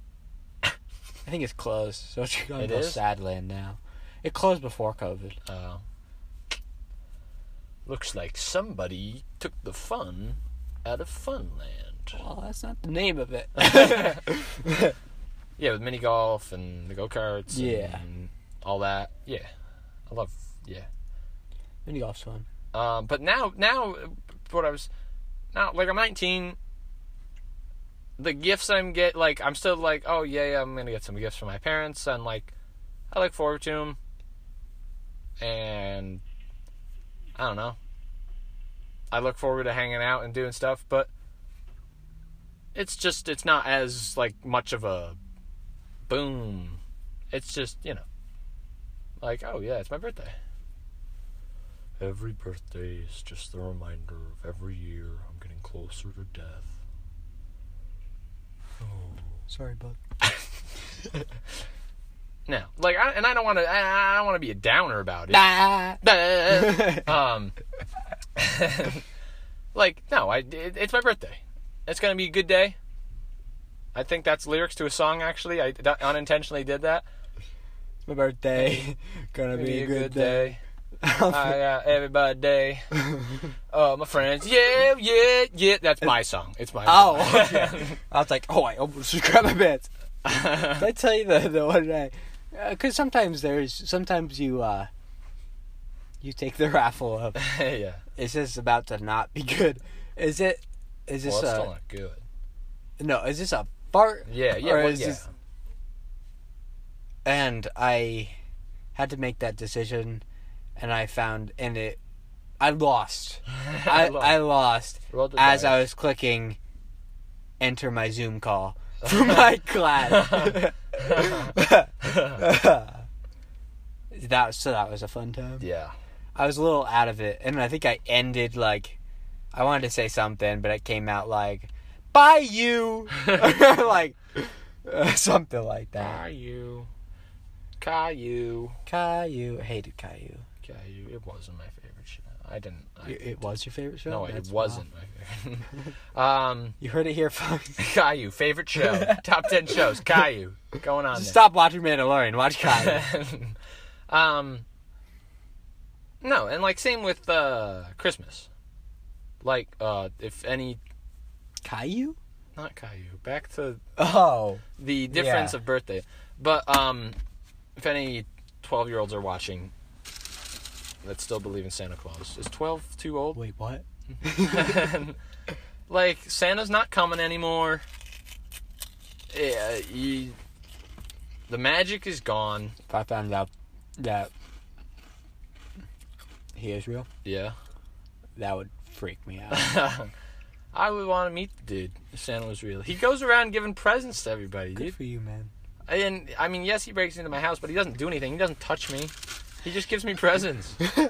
Speaker 2: I think it's closed, so it's going
Speaker 1: It
Speaker 2: to
Speaker 1: is?
Speaker 2: Sadland now. It closed before COVID.
Speaker 1: Uh, looks like somebody took the fun out of Funland.
Speaker 2: Well, that's not the name of it.
Speaker 1: Yeah, with mini golf and the go karts.
Speaker 2: Yeah.
Speaker 1: And all that. Yeah. I love. Yeah.
Speaker 2: Mini golf's fun.
Speaker 1: Um, but now, now, what I was, now, like I'm 19. The gifts I'm get, like I'm still like, oh yeah, yeah, I'm gonna get some gifts from my parents, and like, I look forward to them. And I don't know. I look forward to hanging out and doing stuff, but it's just it's not as like much of a boom. It's just you know, like oh yeah, it's my birthday. Every birthday is just the reminder of every year I'm getting closer to death.
Speaker 2: Sorry, bud.
Speaker 1: No, like, I, and I don't want to. I, I don't want to be a downer about it.
Speaker 2: Ah!
Speaker 1: um, like, no, I. It, it's my birthday. It's gonna be a good day. I think that's lyrics to a song. Actually, I d- unintentionally did that.
Speaker 2: It's my birthday. Gonna be, a good, day.
Speaker 1: I got everybody. Oh, my friends. Yeah, yeah, yeah. That's my song. It's my.
Speaker 2: oh,
Speaker 1: song.
Speaker 2: okay. I was like, oh, I almost just grabbed my pants. Did I tell you the, the one day? Because sometimes there's, sometimes you, uh, you take the raffle of,
Speaker 1: yeah.
Speaker 2: is this about to not be good? Is it, is this uh,
Speaker 1: Well, it's
Speaker 2: a,
Speaker 1: still not good.
Speaker 2: no, is this a fart?
Speaker 1: Yeah, yeah,
Speaker 2: Or
Speaker 1: well,
Speaker 2: is
Speaker 1: yeah.
Speaker 2: this- and I had to make that decision, and I found and it, I lost. I,
Speaker 1: lost.
Speaker 2: I lost
Speaker 1: Roll the
Speaker 2: as
Speaker 1: dice.
Speaker 2: I was clicking enter my Zoom call for my class. that so that was a fun time.
Speaker 1: Yeah.
Speaker 2: I was a little out of it, and I think I ended like I wanted to say something, but it came out like "Bye you," like uh, something like that.
Speaker 1: Caillou. Caillou.
Speaker 2: Caillou. I hated Caillou.
Speaker 1: Yeah, you- it wasn't my favorite show. I didn't. I,
Speaker 2: It, it was your favorite show?
Speaker 1: no, it
Speaker 2: That's
Speaker 1: wasn't my
Speaker 2: wild.
Speaker 1: favorite. um,
Speaker 2: You heard it here, folks.
Speaker 1: Caillou, favorite show, top ten shows. Caillou, going on. there.
Speaker 2: Stop watching Mandalorian. Watch Kyle.
Speaker 1: um, no, and like same with uh, Christmas. Like, uh, if any,
Speaker 2: Caillou?
Speaker 1: not Caillou. Back to
Speaker 2: Oh.
Speaker 1: the difference
Speaker 2: Yeah.
Speaker 1: of birthday. But um, if any twelve-year-olds are watching that still believe in Santa Claus, is twelve too old?
Speaker 2: Wait, what?
Speaker 1: like Santa's not coming anymore. Yeah, you, the magic is gone.
Speaker 2: If I found out that he is real,
Speaker 1: Yeah.
Speaker 2: that would freak me out.
Speaker 1: I would want to meet the dude if Santa was real. He goes around giving presents to everybody,
Speaker 2: Good
Speaker 1: dude.
Speaker 2: for you, man.
Speaker 1: And I mean, yes, he breaks into my house, but he doesn't do anything. He doesn't touch me. He just gives me presents.
Speaker 2: he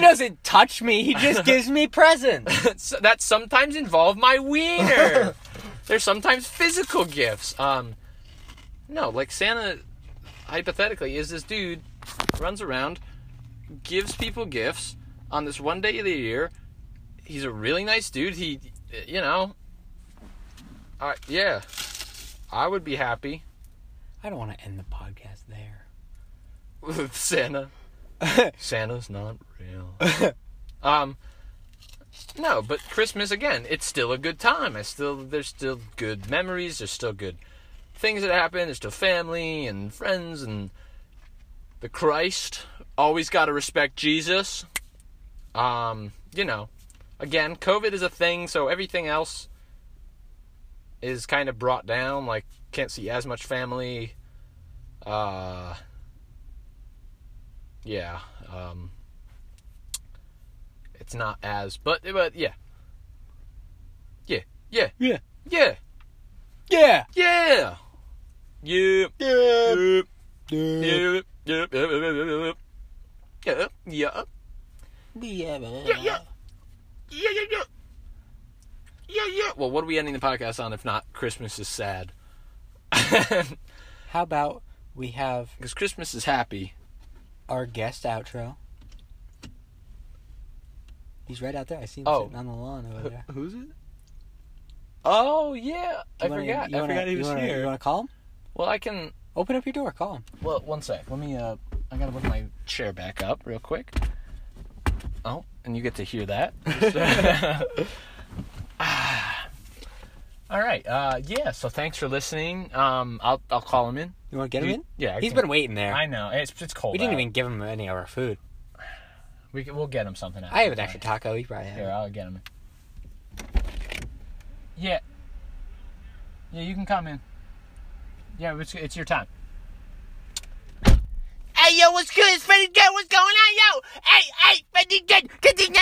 Speaker 2: doesn't touch me. He just gives me presents.
Speaker 1: So that sometimes involve my wiener. They're sometimes physical gifts. Um, no, like Santa, hypothetically, is this dude runs around, gives people gifts on this one day of the year. He's a really nice dude. He, you know, I yeah, I would be happy
Speaker 2: I don't want to end the podcast there.
Speaker 1: with Santa. Santa's not real. um, no, but Christmas again, it's still a good time. I still there's still good memories. There's still good things that happen. There's still family and friends and the Christ. Always got to respect Jesus. Um, you know, again, COVID is a thing, so everything else is kind of brought down. Like can't see as much family. Uh, yeah. Um, it's not as, but but yeah, yeah, yeah,
Speaker 2: Yeah.
Speaker 1: yeah,
Speaker 2: Yeah.
Speaker 1: yeah, yeah,
Speaker 2: Yeah.
Speaker 1: yeah,
Speaker 2: Yeah.
Speaker 1: yeah, yeah, yeah, yeah, yeah. Yeah, yeah. Yeah, yeah, yeah. Yeah, yeah. Well, what are we ending the podcast on if not Christmas is sad? Because
Speaker 2: How about we have
Speaker 1: Christmas is happy.
Speaker 2: our guest outro? He's right out there. I see him
Speaker 1: Oh.
Speaker 2: sitting on the lawn over there.
Speaker 1: Who's it? Oh, yeah. I
Speaker 2: You wanna-
Speaker 1: forgot.
Speaker 2: you
Speaker 1: I
Speaker 2: wanna-
Speaker 1: forgot he
Speaker 2: you
Speaker 1: was
Speaker 2: wanna-
Speaker 1: here.
Speaker 2: You want to call him?
Speaker 1: Well, I can.
Speaker 2: Open up your door. Call him.
Speaker 1: Well, one sec. Let me. Uh, I gotta put my chair back up real quick. Oh, and you get to hear that. Ah. All right. Uh, yeah. So thanks for listening. Um, I'll I'll call him in.
Speaker 2: You want to get
Speaker 1: You-
Speaker 2: him in?
Speaker 1: yeah, I
Speaker 2: He's
Speaker 1: can-
Speaker 2: been waiting there.
Speaker 1: I know it's it's cold.
Speaker 2: we didn't
Speaker 1: out.
Speaker 2: even give him any of our food.
Speaker 1: We can, we'll get him something.
Speaker 2: I have an
Speaker 1: after.
Speaker 2: extra taco. He probably
Speaker 1: Here,
Speaker 2: has.
Speaker 1: I'll get him. Yeah. Yeah, you can come in. Yeah, it's, it's your time.
Speaker 2: Hey, yo, what's good? It's Freddy Good. What's going on, yo? Hey, hey, Freddy Good. Good